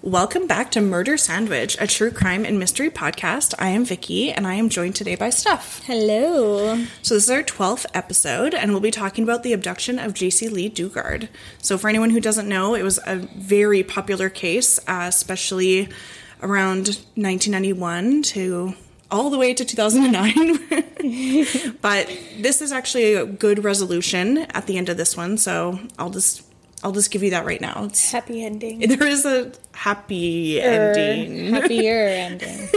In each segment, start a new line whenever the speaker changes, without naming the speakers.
Welcome back to Murder Sandwich, a true crime and mystery podcast. I am Vicky and I am joined today by Steph.
Hello.
So this is our 12th episode and we'll be talking about the abduction of JC Lee Dugard. So for anyone who doesn't know, it was a very popular case, uh, especially around 1991 to all the way to 2009. but this is actually a good resolution at the end of this one, so I'll just I'll just give you that right now. It's
Happy ending.
there is a happy ending.
Happier ending.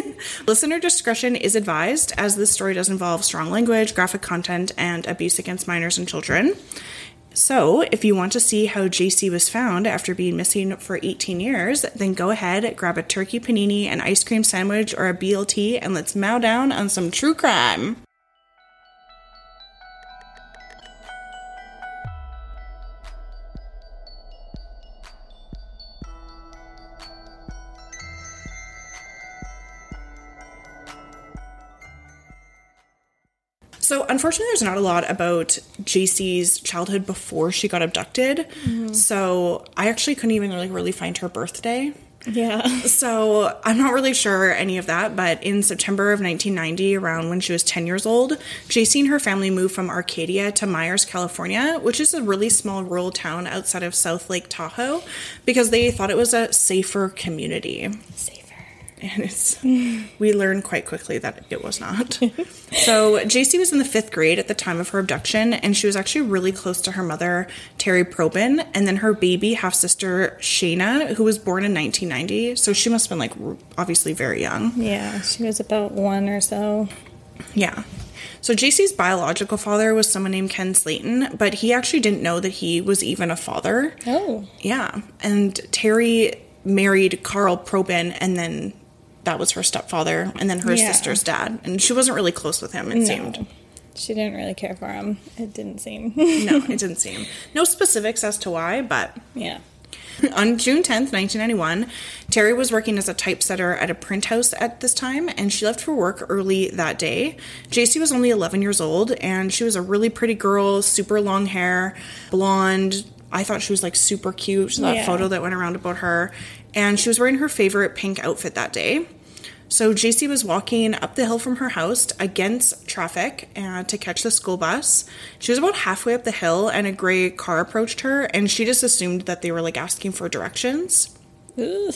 Listener discretion is advised as this story does involve strong language, graphic content, and abuse against minors and children. So, if you want to see how JC was found after being missing for 18 years, then go ahead, grab a turkey panini, an ice cream sandwich, or a BLT, and let's mow down on some true crime. So, unfortunately, there's not a lot about JC's childhood before she got abducted. So, I actually couldn't even like really find her birthday.
Yeah.
So I'm not really sure any of that, but in September of 1990, around when she was 10 years old, JC and her family moved from Arcadia to Myers, California, which is a really small rural town outside of South Lake Tahoe, because they thought it was a safer community.
Safer.
And it's we learned quite quickly that it was not. so JC was in the fifth grade at the time of her abduction, and she was actually really close to her mother, Terry Probin, and then her baby half sister Shayna, who was born in 1990. So she must have been like r- obviously very young.
Yeah, she was about one or so.
Yeah. So JC's biological father was someone named Ken Slayton, but he actually didn't know that he was even a father.
Oh.
Yeah. And Terry married Carl Probin and then that was her stepfather and then her
Yeah.
sister's dad. And she wasn't really close with him, it seemed.
She didn't really care for him. It didn't seem.
No, it didn't seem. No specifics as to why, but
yeah.
On June 10th, 1991, Terry was working as a typesetter at a print house at this time, and she left for work early that day. JC was only 11 years old, and she was a really pretty girl, super long hair, blonde. I thought she was like super cute. That
Yeah.
photo that went around about her. And she was wearing her favorite pink outfit that day. So JC was walking up the hill from her house against traffic uh, to catch the school bus. She was about halfway up the hill and a gray car approached her and she just assumed that they were like asking for directions.
Ooh.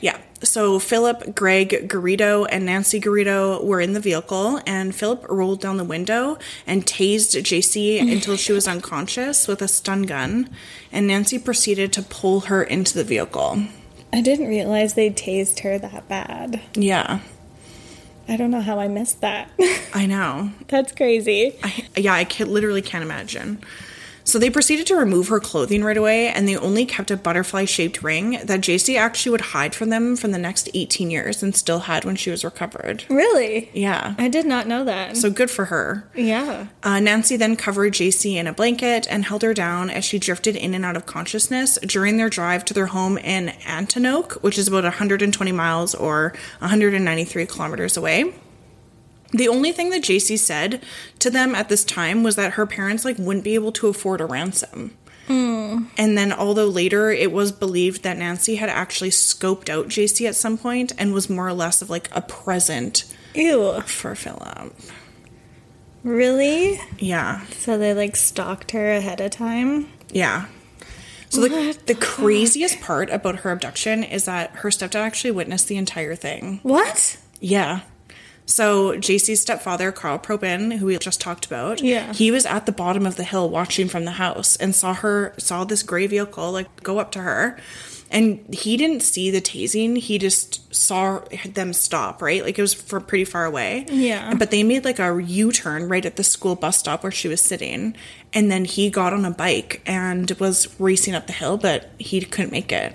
Yeah. So Philip, Greg Garrido, and Nancy Garrido were in the vehicle and Philip rolled down the window and tased JC until she was unconscious with a stun gun and Nancy proceeded to pull her into the vehicle.
I didn't realize they tased her that bad.
Yeah.
I don't know how I missed that.
I know.
That's crazy.
I, yeah, I can, literally can't imagine. So they proceeded to remove her clothing right away, and they only kept a butterfly shaped ring that JC actually would hide from them from the next 18 years and still had when she was recovered.
Really?
Yeah.
I did not know that.
So good for her.
yeah.
Uh, Nancy then covered JC in a blanket and held her down as she drifted in and out of consciousness during their drive to their home in Antinoke, which is about 120 miles or 193 kilometers away. The only thing that JC said to them at this time was that her parents like wouldn't be able to afford a ransom. And then, although later it was believed that Nancy had actually scoped out JC at some point and was more or less of like a present
Ew.
for Philip.
Really?
Yeah.
So they like stalked her ahead of time?
Yeah. So the,
What
the craziest part about her abduction is that her stepdad actually witnessed the entire thing.
What?
Yeah. So JC's stepfather, Carl Probin, who we just talked about,
Yeah.
he was at the bottom of the hill watching from the house and saw her saw this gray vehicle like go up to her. And he didn't see the tasing. He just saw them stop, right? Like it was from pretty far away.
Yeah.
But they made like a U turn right at the school bus stop where she was sitting. And then he got on a bike and was racing up the hill, but he couldn't make it.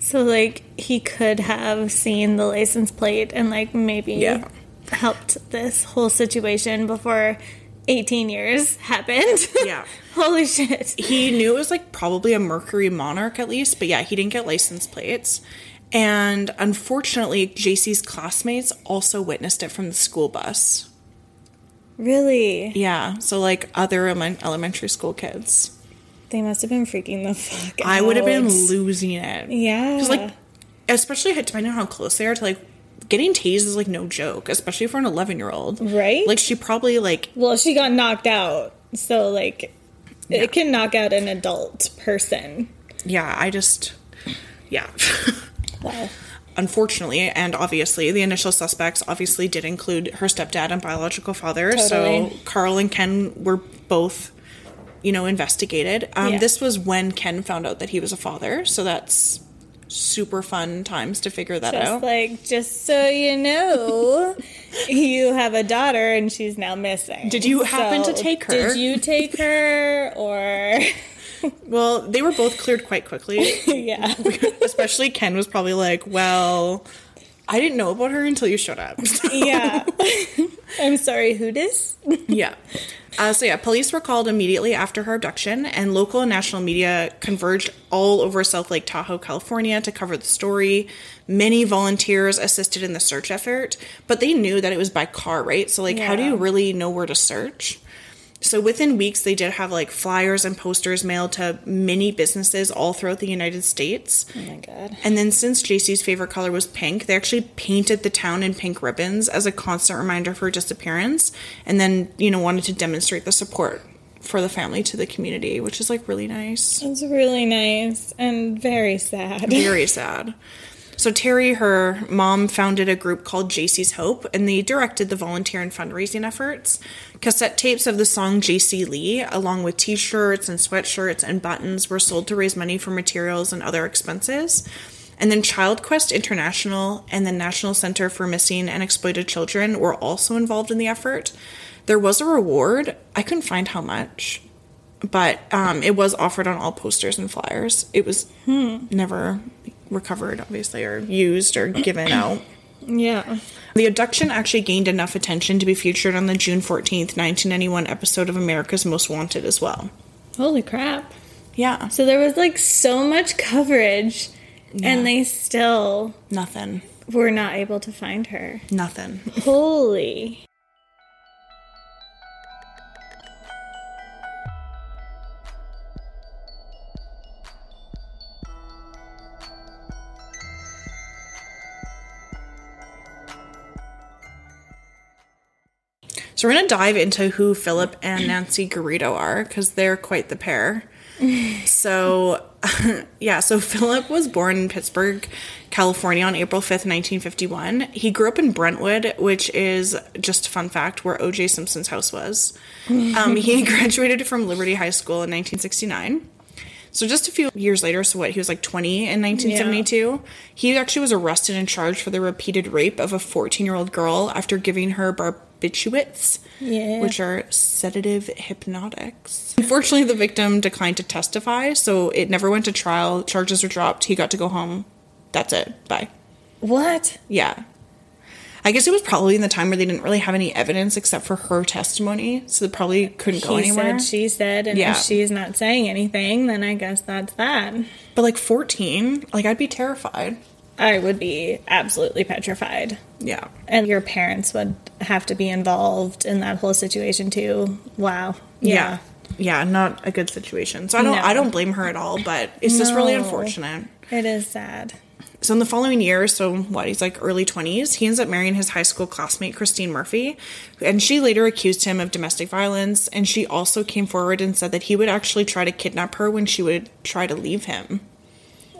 So like he could have seen the license plate and like maybe
Yeah.
helped this whole situation before 18 years happened.
Yeah.
Holy shit.
he knew it was like probably a Mercury Monarch at least, but yeah, he didn't get license plates. And unfortunately, JC's classmates also witnessed it from the school bus.
Really?
Yeah, so like other elemen- elementary school kids.
They must have been freaking the fuck out.
I would have been losing it.
Yeah.
Because like especially depending on how close they are to like getting tased is like no joke, especially for an 11 year old.
Right?
Like she probably like
Well, she got knocked out. So, like, it can knock out an adult person.
yeah, I just yeah.
Wow.
Unfortunately, and obviously, the initial suspects obviously did include her stepdad and biological father. So
Totally.
Carl and Ken were both, you know, investigated. Um,
Yeah.
This was when Ken found out that he was a father. So that's super fun times to figure that
Just
out.
like, just so you know, you have a daughter and she's now missing.
Did you happen to take her?
Did you take her? Or,
well, they were both cleared quite quickly.
yeah.
Especially Ken was probably like, well, I didn't know about her until you showed up.
Yeah. I'm sorry, who dis?
yeah. Uh, so, yeah, police were called immediately after her abduction, and local and national media converged all over South Lake Tahoe, California to cover the story. Many volunteers assisted in the search effort, but they knew that it was by car, right? So, like, how do
Yeah.
you really know where to search? So, within weeks, they did have like flyers and posters mailed to many businesses all throughout the United States.
Oh my god.
And then since JC's favorite color was pink, they actually painted the town in pink ribbons as a constant reminder of her disappearance and then, you know, wanted to demonstrate the support for the family to the community, which is like really nice.
It's really nice and very sad.
Very sad. So Terry, her mom, founded a group called JC's Hope, and they directed the volunteer and fundraising efforts. Cassette tapes of the song JC Lee, along with t-shirts and sweatshirts and buttons, were sold to raise money for materials and other expenses. And then Child Quest International and the National Center for Missing and Exploited Children were also involved in the effort. There was a reward. I couldn't find how much, but um, it was offered on all posters and flyers. It was hmm, never recovered, obviously, or used or given out.
Yeah.
The abduction actually gained enough attention to be featured on the June 14th, 1991 episode of America's Most Wanted as well.
Holy crap.
Yeah,
So there was like so much coverage and they still
nothing.
were not able to find her.
Nothing.
Holy.
So we're gonna dive into who Philip and Nancy Garrido are because they're quite the pair. so yeah, so Philip was born in Pittsburgh, California on April 5th, 1951. He grew up in Brentwood, which is just a fun fact where OJ Simpson's house was. Um, he graduated from Liberty High School in 1969. So just a few years later, so what, he was like 20 in 1972. He actually was arrested and charged for the repeated rape of a 14 year old girl after giving her barbiturates,
Yeah.
which are sedative hypnotics. Unfortunately, the victim declined to testify, so it never went to trial. Charges were dropped. He got to go home. That's it. Bye.
What?
Yeah. I guess it was probably in the time where they didn't really have any evidence except for her testimony, so they probably couldn't go
He
anywhere.
said, she said, and
Yeah.
if she's not saying anything, then I guess that's that.
but like 14, like I'd be terrified.
I would be absolutely petrified.
Yeah.
And your parents would have to be involved in that whole situation too. Wow.
yeah yeah not a good situation so i don't
No.
i don't blame her at all but it's just really
No.
unfortunate
It is sad.
so in the following year so what he's like early 20s he ends up marrying his high school classmate christine murphy and she later accused him of domestic violence and she also came forward and said that he would actually try to kidnap her when she would try to leave him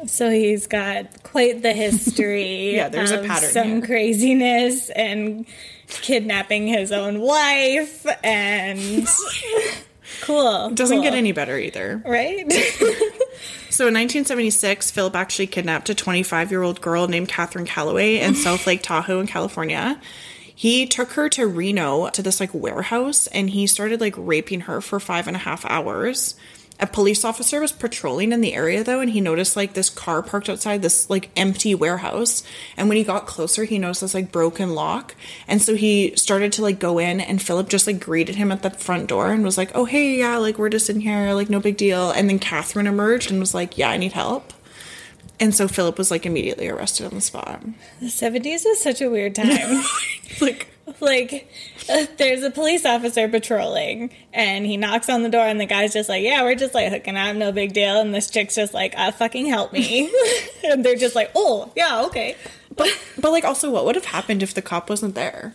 So he's got quite the history.
Yeah, there's a
of
pattern
Some
here.
craziness and kidnapping his own wife and cool.
doesn't
cool.
get any better either
right.
So in 1976, Philip actually kidnapped a 25 year old girl named Catherine Calloway in South Lake Tahoe in California. He took her to Reno to this like warehouse and he started like raping her for five and a half hours. A police officer was patrolling in the area though, and he noticed like this car parked outside this like empty warehouse. And when he got closer, he noticed this like broken lock. And so he started to like go in, and Philip just like greeted him at the front door and was like, Oh, hey, yeah, like we're just in here, like no big deal. And then Catherine emerged and was like, Yeah, I need help. And so Philip was like immediately arrested on the spot.
The seventies is such a weird time.
Like,
like, uh, there's a police officer patrolling, and he knocks on the door, and the guy's just like, "Yeah, we're just like hooking up, no big deal." And this chick's just like, uh, "Fucking help me." and they're just like, oh, yeah, okay.
But but like also what would have happened if the cop wasn't there?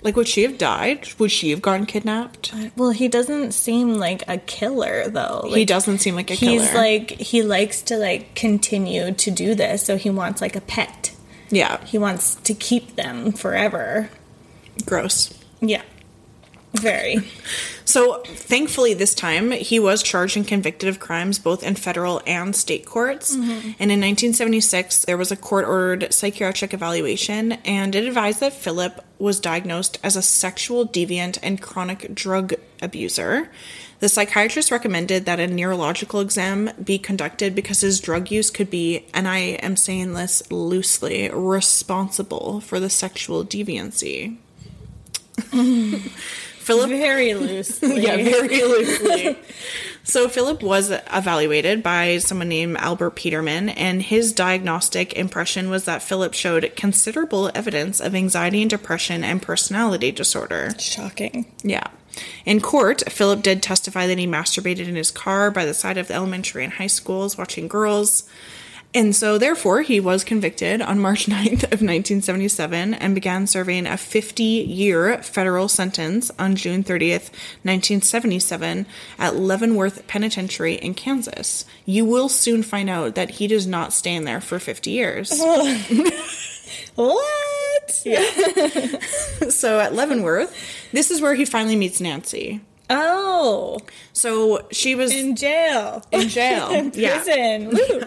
Like would she have died? Would she have gotten kidnapped?
Well, he doesn't seem like a killer though.
he
Like,
doesn't seem like a killer.
He's like he likes to like continue to do this, so he wants like a pet.
Yeah.
He wants to keep them forever.
Gross.
Yeah. Very.
So, thankfully, this time he was charged and convicted of crimes both in federal and state courts. And in 1976, there was a court ordered psychiatric evaluation, and it advised that Philip was diagnosed as a sexual deviant and chronic drug abuser. The psychiatrist recommended that a neurological exam be conducted because his drug use could be, and I am saying this loosely, responsible for the sexual deviancy. Philip
Very loosely.
yeah, very loosely. so Philip was evaluated by someone named Albert Peterman, and his diagnostic impression was that Philip showed considerable evidence of anxiety and depression and personality disorder.
Shocking.
Yeah. In court, Philip did testify that he masturbated in his car by the side of the elementary and high schools watching girls. And so, therefore, he was convicted on March 9th of 1977 and began serving a 50 year federal sentence on June 30th, 1977 at Leavenworth Penitentiary in Kansas. You will soon find out that he does not stay in there for 50 years.
What? Yeah.
so, at Leavenworth, this is where he finally meets Nancy.
Oh,
So, she was
in jail.
in jail. yeah.
Prison. Woo.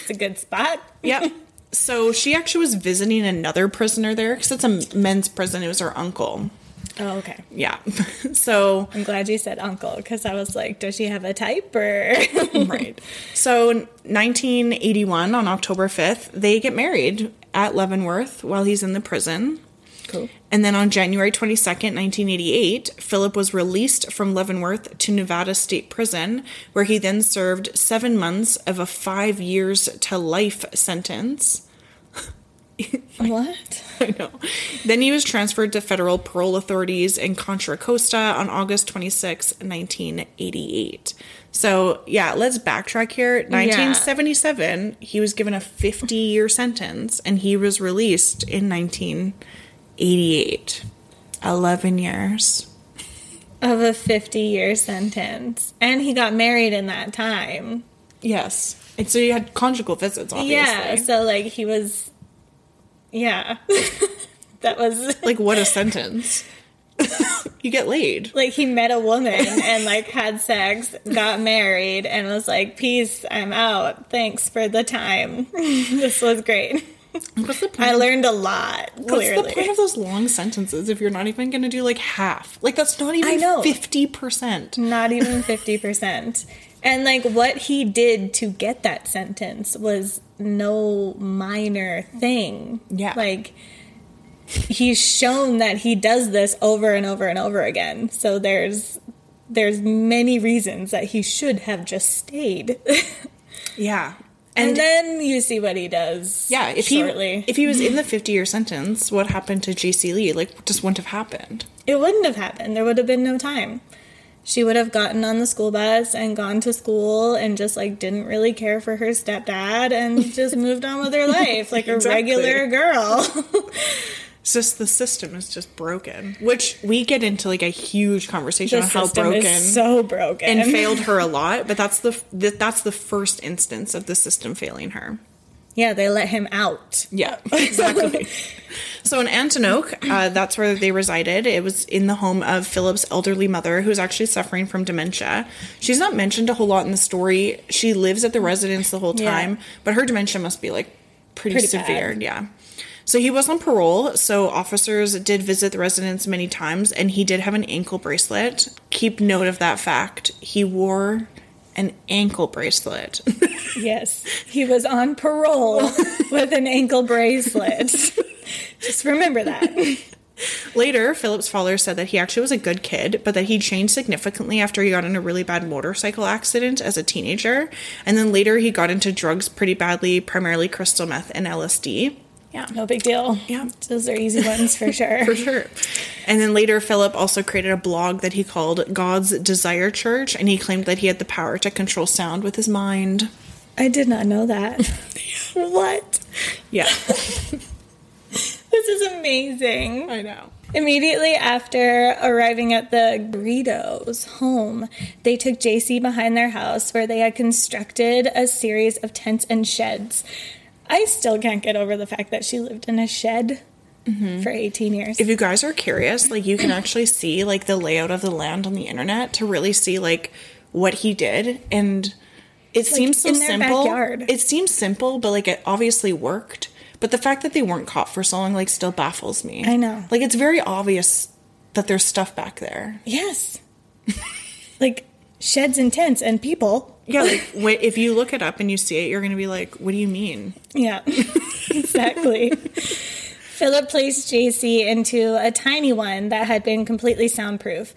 It's a good spot.
Yep. So she actually was visiting another prisoner there because it's a men's prison. It was her uncle.
Oh, okay.
Yeah. So
I'm glad you said uncle because I was like, does she have a type or?
right. So 1981 on October 5th, they get married at Leavenworth while he's in the prison.
cool.
And then on January 22nd, 1988, Philip was released from Leavenworth to Nevada State Prison, where he then served seven months of a five years to life sentence.
What?
I know. Then he was transferred to federal parole authorities in Contra Costa on August 26, 1988. So, yeah, let's backtrack here. 1977, he was given a 50 year sentence and he was released in 1988. 11 years.
Of a 50 year sentence. And he got married in that time.
Yes. And so you had conjugal visits, obviously.
Yeah. So, like, he was. Yeah. that was.
Like, what a sentence. you get laid.
Like, he met a woman and, like, had sex, got married, and was like, peace, I'm out. Thanks for the time. this was great.
What's the point?
I learned a lot, clearly.
What's the point of those long sentences if you're not even going to do like half? Like that's not even
I know.
fifty percent.
Not even 50%. And like what he did to get that sentence was no minor thing.
Yeah.
Like he's shown that he does this over and over and over again. So there's there's many reasons that he should have just stayed.
Yeah,
and,
and,
then you see what he does.
yeah, if
shortly.
he if he was in the fifty year sentence, what happened to JC Lee? Like just wouldn't have happened.
it wouldn't have happened. There would have been no time. She would have gotten on the school bus and gone to school and just like didn't really care for her stepdad and just moved on with her life like a
Exactly.
regular girl.
It's just the system is just broken, which we get into like a huge conversation
The
on how
system
broken.
is so broken.
and failed her a lot, but that's the f- that- that's the first instance of the system failing her.
yeah, they let him out.
Yeah, exactly. so in Antinoke, uh, that's where they resided. It was in the home of Philip's elderly mother, who's actually suffering from dementia. She's not mentioned a whole lot in the story. She lives at the residence the whole
Yeah.
time, but her dementia must be like pretty,
Pretty bad.
severe. Yeah. So he was on parole, so officers did visit the residence many times, and he did have an ankle bracelet. Keep note of that fact. He wore an ankle bracelet.
Yes. He was on parole with an ankle bracelet. just remember that.
Later, Philip's father said that he actually was a good kid, but that he changed significantly after he got in a really bad motorcycle accident as a teenager. And then later, he got into drugs pretty badly, primarily crystal meth and LSD. Yeah.
No big deal.
Yeah.
Those are easy ones for sure.
For sure. And then later, Philip also created a blog that he called God's Desire Church, and he claimed that he had the power to control sound with his mind.
I did not know that. what?
Yeah.
This is amazing.
I know.
Immediately after arriving at the Greedos home, they took JC behind their house where they had constructed a series of tents and sheds. I still can't get over the fact that she lived in a shed for 18 years.
If you guys are curious, like you can actually see like the layout of the land on the internet to really see like what he did and it seems so
in their
simple.
backyard.
It seems simple, but like it obviously worked. But the fact that they weren't caught for so long like still baffles me.
I know.
Like it's very obvious that there's stuff back there.
yes. like sheds and tents and people.
Yeah, like wh- if you look it up and you see it, you're going to be like, "What do you mean?"
Yeah, exactly. Philip placed JC into a tiny one that had been completely soundproof.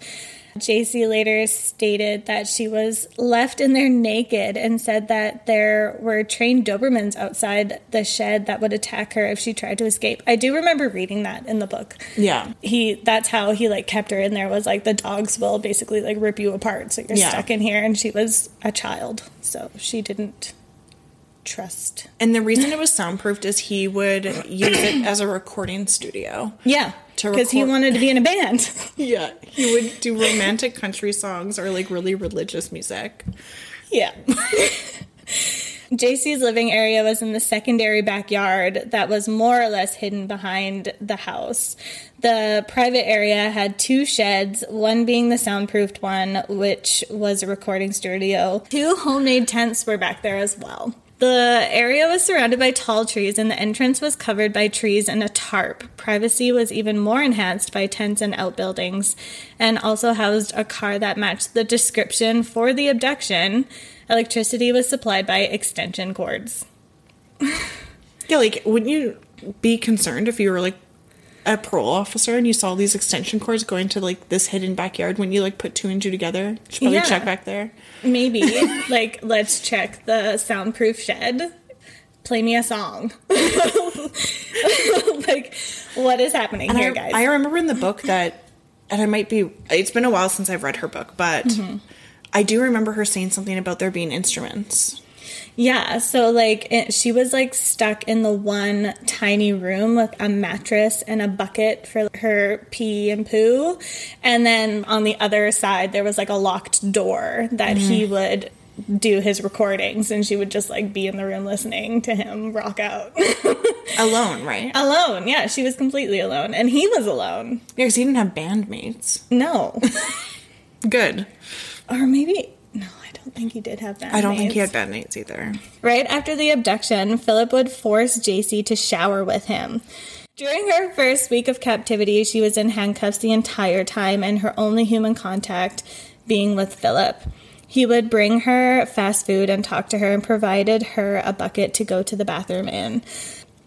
JC later stated that she was left in there naked and said that there were trained Dobermans outside the shed that would attack her if she tried to escape. I do remember reading that in the book.
Yeah.
He that's how he like kept her in there was like the dogs will basically like rip you apart so you're
Yeah.
stuck in here and she was a child. So she didn't trust.
And the reason it was soundproofed is he would use it as a recording studio.
Yeah,
To
because he
record-
wanted to be in a band.
Yeah, he would do romantic country songs or like really religious music.
yeah. JC's living area was in the secondary backyard that was more or less hidden behind the house. The private area had two sheds, one being the soundproofed one, which was a recording studio. Two homemade tents were back there as well. The area was surrounded by tall trees, and the entrance was covered by trees and a tarp. Privacy was even more enhanced by tents and outbuildings, and also housed a car that matched the description for the abduction. Electricity was supplied by extension cords.
Yeah, like wouldn't you be concerned if you were like a parole officer and you saw these extension cords going to like this hidden backyard when you like put two and two together? You should probably
Yeah.
check back there.
Maybe, like, let's check the soundproof shed. Play me a song. like, what is happening here,
I,
guys?
I remember in the book that, and I might be, it's been a while since I've read her book, but I do remember her saying something about there being instruments.
Yeah, so like it, she was like stuck in the one tiny room with a mattress and a bucket for her pee and poo. And then on the other side, there was like a locked door that he
Mm.
would do his recordings and she would just like be in the room listening to him rock out.
Alone, right?
alone. Yeah, she was completely alone and he was alone.
Yeah, because he didn't have bandmates.
No.
Good.
or maybe no, I don't think he did have that.
I don't think he had bandmates either.
Right after the abduction, Philip would force JC to shower with him. During her first week of captivity, she was in handcuffs the entire time, and her only human contact being with Philip. He would bring her fast food and talk to her and provided her a bucket to go to the bathroom in.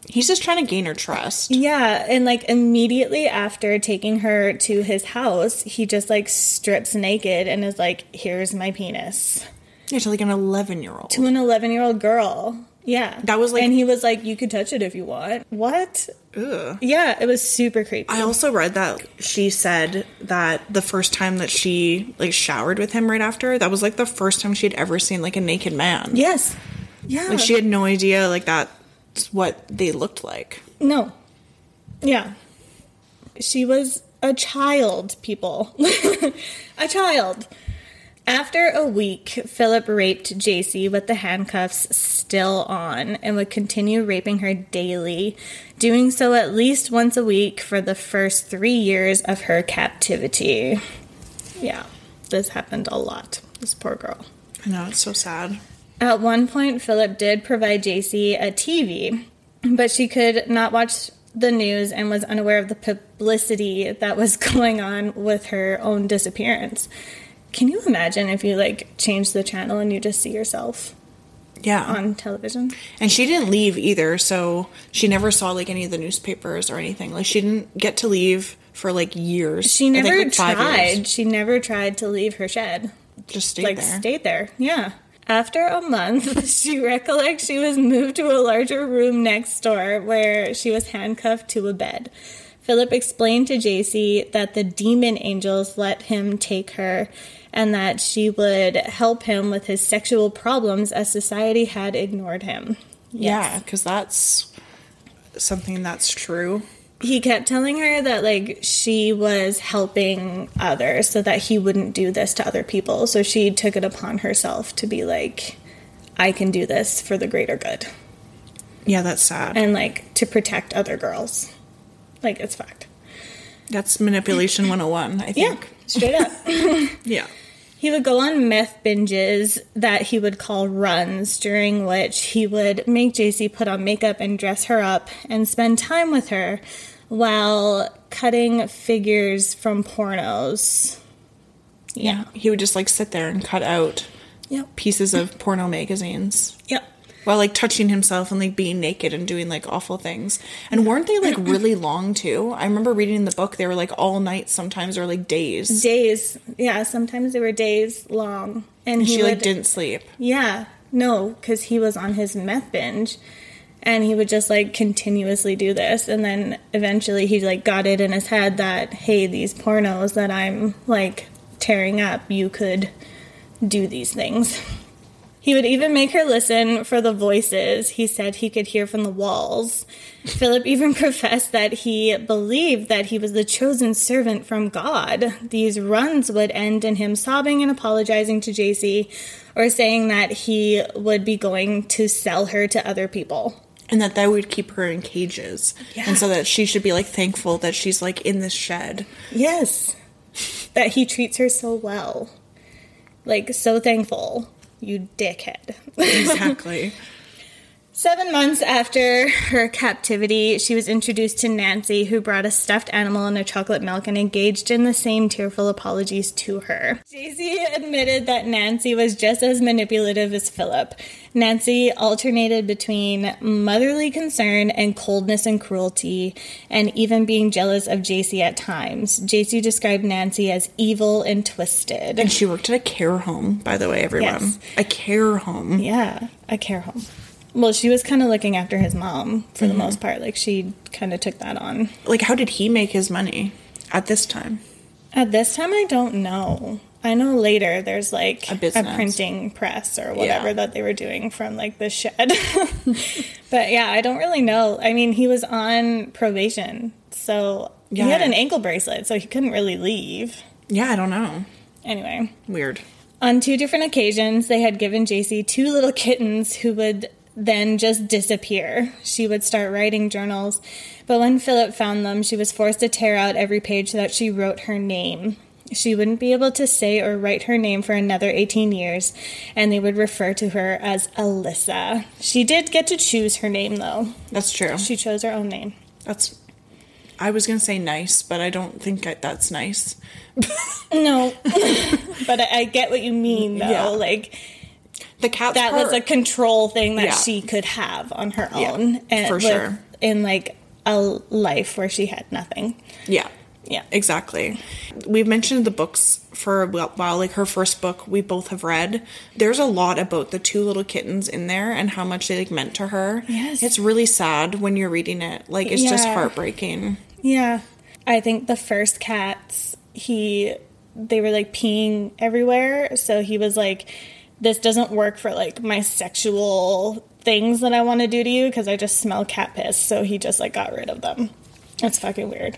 He's just trying to gain her trust.
Yeah, and like immediately after taking her to his house, he just like strips naked and is like, Here's my penis.
Yeah, to like an 11 year old.
to an 11 year old girl. Yeah.
That was, like-
And he was like, you could touch it if you want. What? Yeah, it was super creepy.
I also read that she said that the first time that she like showered with him right after, that was like the first time she'd ever seen like a naked man.
yes. Yeah.
Like she had no idea like that's what they looked like.
no. Yeah. She was a child, people. a child. After a week, Philip raped JC with the handcuffs still on and would continue raping her daily, doing so at least once a week for the first three years of her captivity. Yeah, this happened a lot. This poor girl.
I know, it's so sad.
At one point, Philip did provide JC a TV, but she could not watch the news and was unaware of the publicity that was going on with her own disappearance. Can you imagine if you like change the channel and you just see yourself
Yeah.
on television?
Um, And she didn't leave either, so she never saw like any of the newspapers or anything. Like she didn't get to leave for like years.
She
I think,
never
like, five years.
tried. She never tried to leave her shed.
Just stayed
like
there.
stayed there. Yeah. After a month, she recollects she was moved to a larger room next door where she was handcuffed to a bed. Philip explained to JC that the demon angels let him take her and that she would help him with his sexual problems as society had ignored him.
Yeah, because that's something that's true.
He kept telling her that, like, she was helping others so that he wouldn't do this to other people. So she took it upon herself to be like, I can do this for the greater good
Yeah, that's sad.
and, like, to protect other girls. Like, it's fact.
that's manipulation 101, I
Yeah,
think.
straight up.
Yeah.
He would go on meth binges that he would call runs, during which he would make JC put on makeup and dress her up and spend time with her while cutting figures from pornos. Yeah.
He would just like sit there and cut out
Yep.
pieces of porno magazines
Yep.
while like touching himself and like being naked and doing like awful things. And weren't they like really long too? I remember reading in the book they were like all night sometimes or like days.
Days. Yeah, sometimes they were days long. And he
She like
would-
didn't sleep.
Yeah. No, because he was on his meth binge and he would just like continuously do this. And then eventually he like got it in his head that, hey, these pornos that I'm like tearing up, you could do these things. He would even make her listen for the voices he said he could hear from the walls. Philip even professed that he believed that he was the chosen servant from God. These runs would end in him sobbing and apologizing to JC or saying that he would be going to sell her to other people.
And that that would keep her in cages. And so that she should be like thankful that she's like in this shed.
Yes. That he treats her so well. Like, so thankful, you dickhead.
Exactly.
Seven months after her captivity, she was introduced to Nancy, who brought a stuffed animal and a chocolate milk and engaged in the same tearful apologies to her. Daisy admitted that Nancy was just as manipulative as Philip. Nancy alternated between motherly concern and coldness and cruelty, and even being jealous of JC at times. JC described Nancy as evil and twisted.
and she worked at a care home, by the way, everyone.
Yes.
A care home.
Yeah, a care home. Well, she was kind of looking after his mom for
Mm-hmm.
the most part. Like she kind of took that on.
Like how did he make his money at this time?
At this time, I don't know. I know later there's like a,
business.
printing press or whatever
Yeah.
that they were doing from like the shed. but yeah, I don't really know. I mean, he was on probation, so he had
Yeah.
an ankle bracelet, so he couldn't really leave.
Yeah, I don't know.
Anyway,
Weird.
On two different occasions, they had given JC two little kittens who would then just disappear. She would start writing journals, but when Philip found them, she was forced to tear out every page that she wrote her name. She wouldn't be able to say or write her name for another 18 years, and they would refer to her as Alyssa. She did get to choose her name, though.
That's true.
She chose her own name.
That's. I was gonna say nice, but I don't think I, that's nice.
No, but I, I get what you mean, though.
Yeah.
Like,
The cat.
that was a control thing that
Yeah.
she could have on her
Yeah,
own and
for
with-
sure.
in like a life where she had nothing
yeah.
yeah
Exactly. We've mentioned the books for a wh- while. Like her first book, we both have read. There's a lot about the two little kittens in there and how much they like meant to her.
Yes.
It's really sad when you're reading it. Like it's just
Yeah.
heartbreaking.
yeah i think the first cats he they were like peeing everywhere so he was like this doesn't work for like my sexual things that i want to do to you because i just smell cat piss so he just like got rid of them that's fucking weird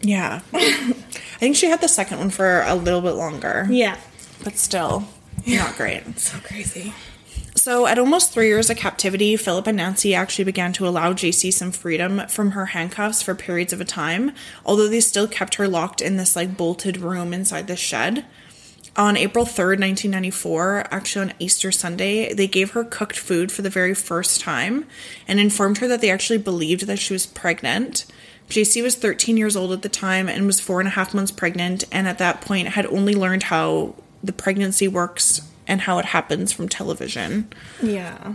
Yeah. I think she had the second one for a little bit longer.
yeah
But still, not great.
so crazy
So, at almost three years of captivity, Philip and Nancy actually began to allow JC some freedom from her handcuffs for periods of a time, although they still kept her locked in this like bolted room inside the shed. On April 3rd, 1994, actually on Easter Sunday, they gave her cooked food for the very first time and informed her that they actually believed that she was pregnant. JC was 13 years old at the time and was four and a half months pregnant, and at that point had only learned how the pregnancy works and how it happens from television.
yeah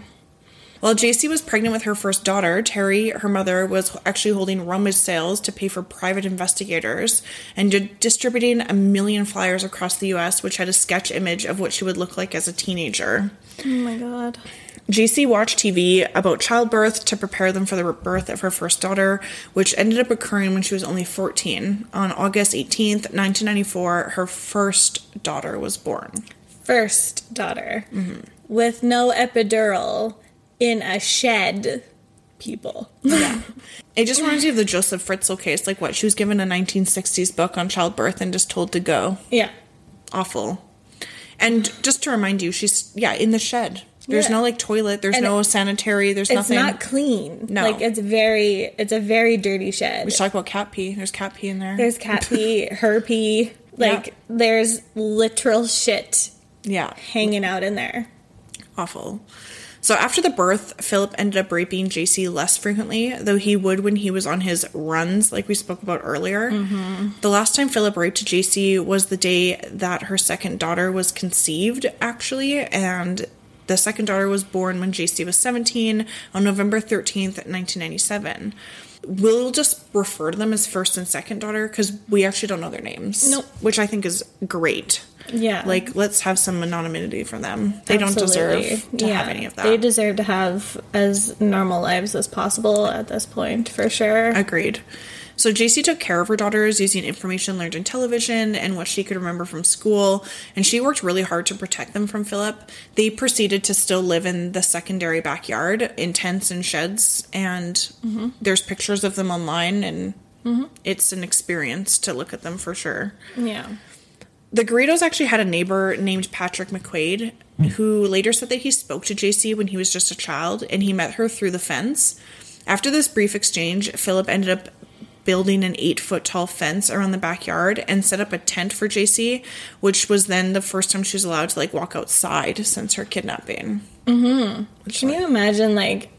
While JC was pregnant with her first daughter, Terry, her mother, was actually holding rummage sales to pay for private investigators and di- distributing a million flyers across the US, which had a sketch image of what she would look like as a teenager.
Oh my god.
JC watched TV about childbirth to prepare them for the birth of her first daughter, which ended up occurring when she was only 14. On August 18th, 1994, her first daughter was born.
First daughter with no epidural in a shed. People.
It just reminds me of the Joseph Fritzl case, like what she was given a 1960s book on childbirth and just told to go.
yeah.
Awful. And just to remind you, she's yeah in the shed. There's
Yeah.
no like toilet. There's
And
no sanitary. There's
It's
nothing.
not clean.
No.
Like it's very it's a very dirty shed.
we should talk about cat pee. There's cat pee in there.
There's cat pee, her pee. Like
Yeah.
there's literal shit
yeah.
hanging out in there.
awful. So after the birth, Philip ended up raping JC less frequently, though he would when he was on his runs, like we spoke about earlier. The last time Philip raped JC was the day that her second daughter was conceived, actually, and the second daughter was born when JC was 17 on November 13th, 1997. We'll just refer to them as first and second daughter because we actually don't know their names.
Nope.
Which I think is great.
Yeah.
Like, let's have some anonymity for them. They don't
Absolutely.
deserve to
Yeah.
have any of that.
They deserve to have as normal lives as possible at this point, for sure.
Agreed. So JC took care of her daughters using information learned in television and what she could remember from school, and she worked really hard to protect them from Philip. They proceeded to still live in the secondary backyard in tents and sheds, and
Mm-hmm.
there's pictures of them online, and it's an experience to look at them for sure.
yeah.
The Garridos actually had a neighbor named Patrick McQuaid who later said that he spoke to JC when he was just a child and he met her through the fence. After this brief exchange, Philip ended up building an eight foot tall fence around the backyard and set up a tent for JC, which was then the first time she was allowed to like walk outside since her kidnapping.
Can you imagine like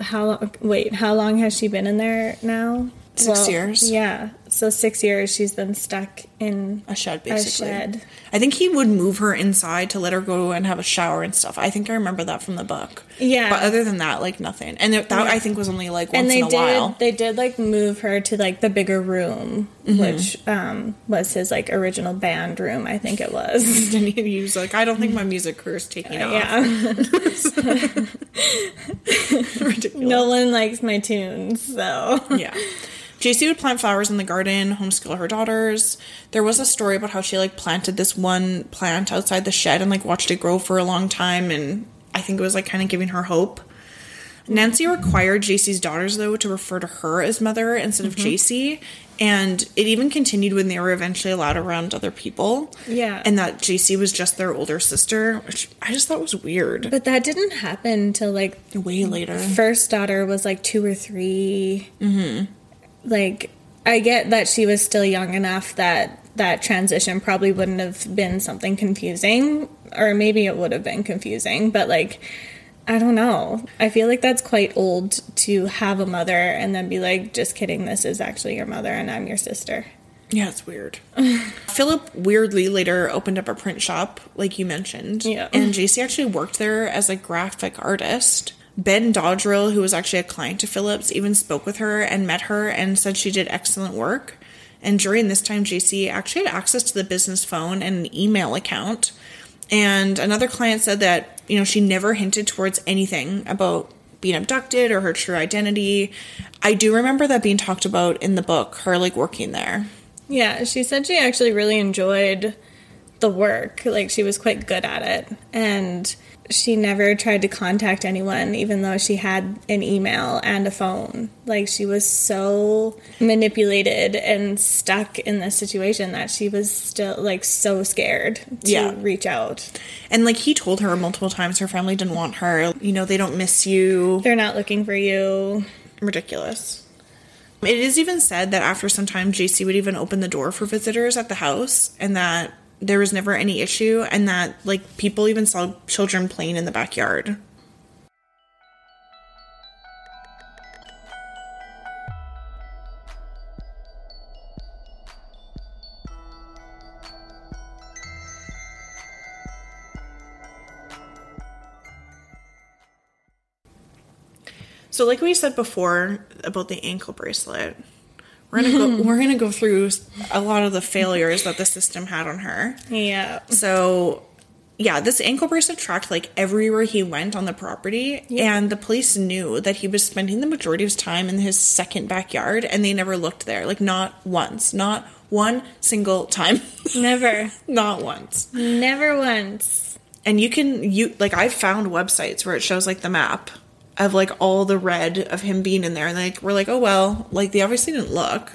how long wait, how long has she been in there now?
Six years.
Yeah. So six years she's been stuck in
A shed, basically.
shed.
I think he would move her inside to let her go and have a shower and stuff. I think I remember that from the book.
Yeah.
But other than that, like nothing. And that, that I think was only like once
and they
in a
did
while.
they did like move her to like the bigger room, which um was his like original band room, I think it was.
and he was like, I don't think my music career's taking off.
Yeah.
Ridiculous.
Nolan likes my tunes, so
Yeah. JC would plant flowers in the garden, homeschool her daughters. There was a story about how she like planted this one plant outside the shed and like watched it grow for a long time and I think it was like kind of giving her hope. Nancy required JC's daughters though to refer to her as mother instead
Mm-hmm.
of JC and it even continued when they were eventually allowed around other people.
Yeah.
And that JC was just their older sister, which I just thought was weird.
But that didn't happen till like
Way later.
first daughter was like two or 3 Like, I get that she was still young enough that that transition probably wouldn't have been something confusing, or maybe it would have been confusing, but like, I don't know. I feel like that's quite old to have a mother and then be like, just kidding, this is actually your mother and I'm your sister.
Yeah, it's weird. Philip weirdly later opened up a print shop, like you mentioned.
Yeah.
And JC actually worked there as a graphic artist. Ben Dodrill, who was actually a client to Phillips, even spoke with her and met her and said she did excellent work. And during this time, JC actually had access to the business phone and an email account. And another client said that, you know, she never hinted towards anything about being abducted or her true identity. I do remember that being talked about in the book, her like working there.
Yeah, she said she actually really enjoyed the work. Like she was quite good at it. And she never tried to contact anyone, even though she had an email and a phone. Like she was so manipulated and stuck in this situation that she was still like so scared to
Yeah.
reach out.
And like he told her multiple times her family didn't want her. You know, they don't miss you.
They're not looking for you.
Ridiculous. It is even said that after some time, JC would even open the door for visitors at the house and that there was never any issue and that like people even saw children playing in the backyard. So, like we said before about the ankle bracelet, we're gonna go. we're gonna go through a lot of the failures that the system had on her.
Yeah.
So, yeah, this ankle bracelet tracked like everywhere he went on the property, and the police knew that he was spending the majority of his time in his second backyard, and they never looked there. Like not once, not one single time,
Never.
not once.
Never once.
And you can you like I've found websites where it shows like the map of like all the red of him being in there, and like we're like, oh well, like they obviously didn't look.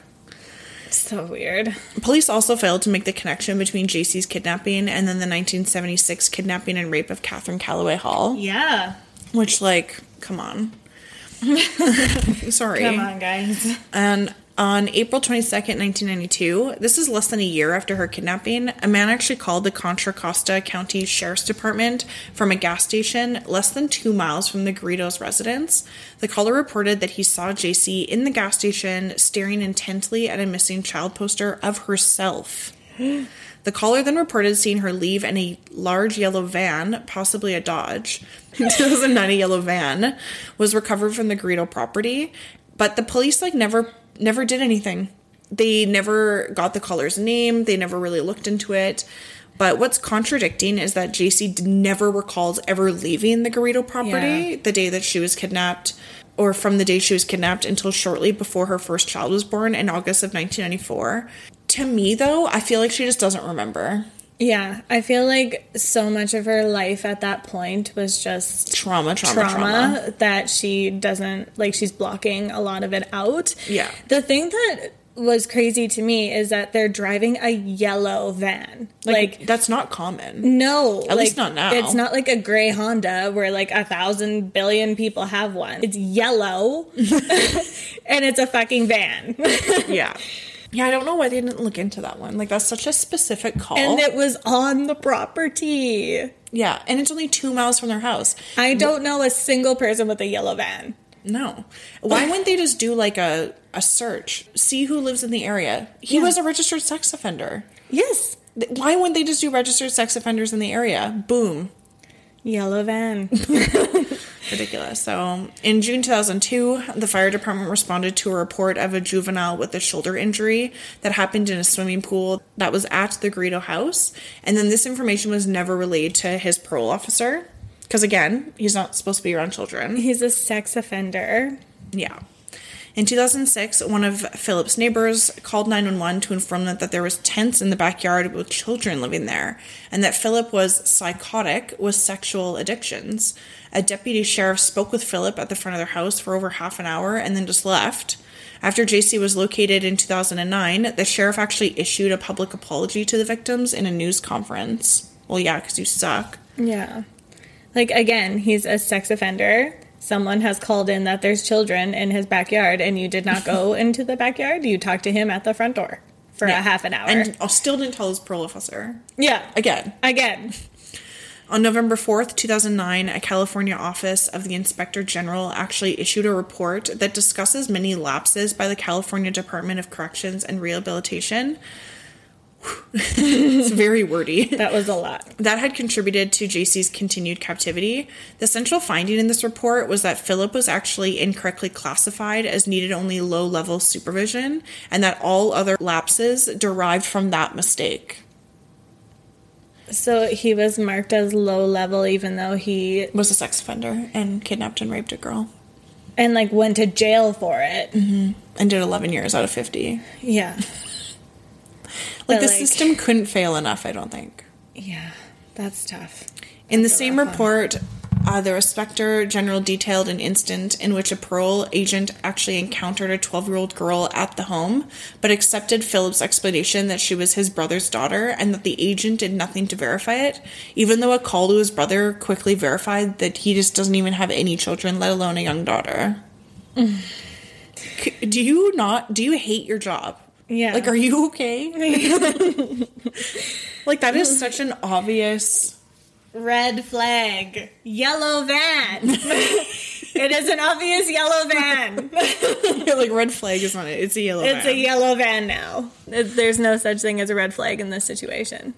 So weird.
Police also failed to make the connection between JC's kidnapping and then the 1976 kidnapping and rape of Catherine Calloway Hall,
Yeah.
which, like, come on. Sorry.
Come on, guys.
And on April 22nd, 1992, this is less than a year after her kidnapping, a man actually called the Contra Costa County Sheriff's Department from a gas station less than two miles from the Garrido's residence. The caller reported that he saw JC in the gas station staring intently at a missing child poster of herself. The caller then reported seeing her leave in a large yellow van, possibly a Dodge. It was a nutty yellow van, was recovered from the Greedo property, but the police like never never did anything. They never got the caller's name. They never really looked into it. But what's contradicting is that JC d- never recalls ever leaving the Garrido property the day that she was kidnapped, or from the day she was kidnapped until shortly before her first child was born in August of 1994. To me, though, I feel like she just doesn't remember.
Yeah. I feel like so much of her life at that point was just
Trauma, trauma, trauma.
trauma, that she doesn't like she's blocking a lot of it out.
Yeah.
The thing that was crazy to me is that they're driving a yellow van. Like,
that's not common.
no, at
least not now.
It's not like a gray Honda where like a thousand billion people have one. It's yellow, and it's a fucking van.
yeah. Yeah, I don't know why they didn't look into that one. Like, that's such a specific call.
and it was on the property.
yeah, and it's only two miles from their house.
I don't know a single person with a yellow van.
No. Why wouldn't they just do like a, a search? See who lives in the area. He was a registered sex offender.
Yes,
Th- Why wouldn't they just do registered sex offenders in the area? Boom.
yellow van.
Ridiculous. So, in June 2002, the fire department responded to a report of a juvenile with a shoulder injury that happened in a swimming pool that was at the Greedo house. And then this information was never relayed to his parole officer. Because again, he's not supposed to be around children.
He's a sex offender.
Yeah. In 2006, one of Philip's neighbors called 911 to inform them that there was tents in the backyard with children living there and that Philip was psychotic with sexual addictions. A deputy sheriff spoke with Philip at the front of their house for over half an hour and then just left. After JC was located in 2009, the sheriff actually issued a public apology to the victims in a news conference. Well, yeah, because you suck.
Yeah. Like, again, he's a sex offender. Someone has called in that there's children in his backyard, and you did not go into the backyard. You talked to him at the front door for a half an hour.
And I still didn't tell his parole officer.
yeah.
Again,
Again.
On November 4th, 2009, a California office of the Inspector General actually issued a report that discusses many lapses by the California Department of Corrections and Rehabilitation. it's very wordy.
That was a lot.
That had contributed to JC's continued captivity. The central finding in this report was that Philip was actually incorrectly classified as needed only low level supervision, and that all other lapses derived from that mistake.
So he was marked as low level, even though he,
Was a sex offender and kidnapped and raped a girl.
and like went to jail for it.
and did 11 years out of 50.
Yeah.
Like,
But,
the
like-
system couldn't fail enough, I don't think.
Yeah. That's tough.
In the same report, uh, the inspector general detailed an incident in which a parole agent actually encountered a 12 year old girl at the home, but accepted Philip's explanation that she was his brother's daughter and that the agent did nothing to verify it, even though a call to his brother quickly verified that he just doesn't even have any children, let alone a young daughter. C- Do you not? Do you hate your job?
Yeah.
Like, are you okay? like, that is such an obvious.
Red flag. Yellow van. it is an obvious yellow van.
Yeah, like red flag is not it. It's a yellow.
It's a
van.
yellow van now. There's no such thing as a red flag in this situation.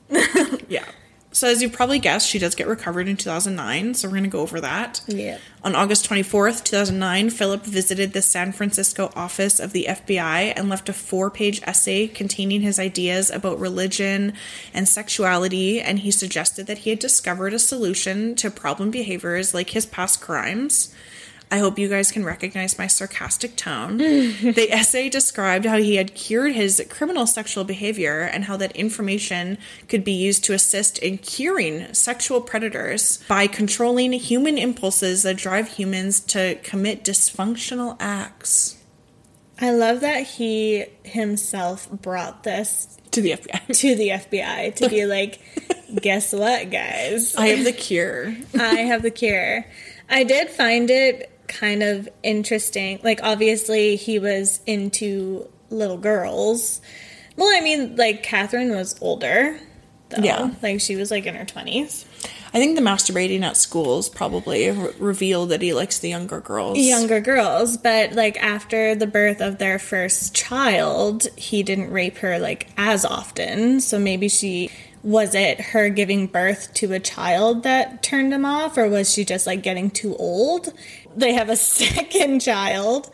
yeah. So, as you probably guessed, she does get recovered in 2009, so we're going to go over that.
Yeah.
On August 24th, 2009, Philip visited the San Francisco office of the FBI and left a four page essay containing his ideas about religion and sexuality, and he suggested that he had discovered a solution to problem behaviors like his past crimes. I hope you guys can recognize my sarcastic tone. the essay described how he had cured his criminal sexual behavior and how that information could be used to assist in curing sexual predators by controlling human impulses that drive humans to commit dysfunctional acts.
I love that he himself brought this
To the FBI.
to the FBI to be like, guess what, guys?
I have the cure.
I have the cure. I did find it kind of interesting. Like, obviously, he was into little girls. Well, I mean, like, Catherine was older. Though.
Yeah.
Like, she was like in her 20s.
I think the masturbating at schools probably re- revealed that he likes the younger girls.
Younger girls. But, like, after the birth of their first child, he didn't rape her, like, as often. So maybe she. Was it her giving birth to a child that turned him off, or was she just like getting too old? They have a second child,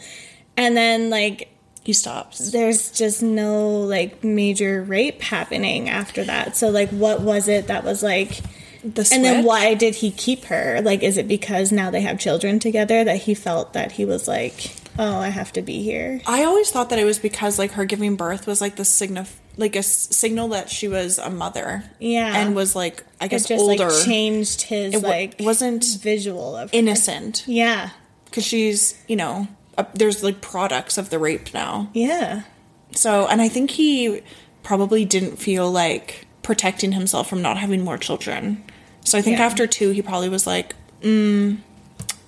and then like
He stops.
there's just no like major rape happening after that. So like what was it that was like
The
and then
switch?
why did he keep her? Like is it because now they have children together that he felt that he was like, "Oh, I have to be here."
I always thought that it was because like her giving birth was like the signif like a s- signal that she was a mother.
Yeah.
And was like I
It
guess
just
older,
like changed his
wa-
like
wasn't
visual of
innocent
Yeah.
because she's you know a, there's like products of the rape now.
Yeah.
So and I think he probably didn't feel like protecting himself from not having more children. So I think
Yeah.
after two, he probably was like,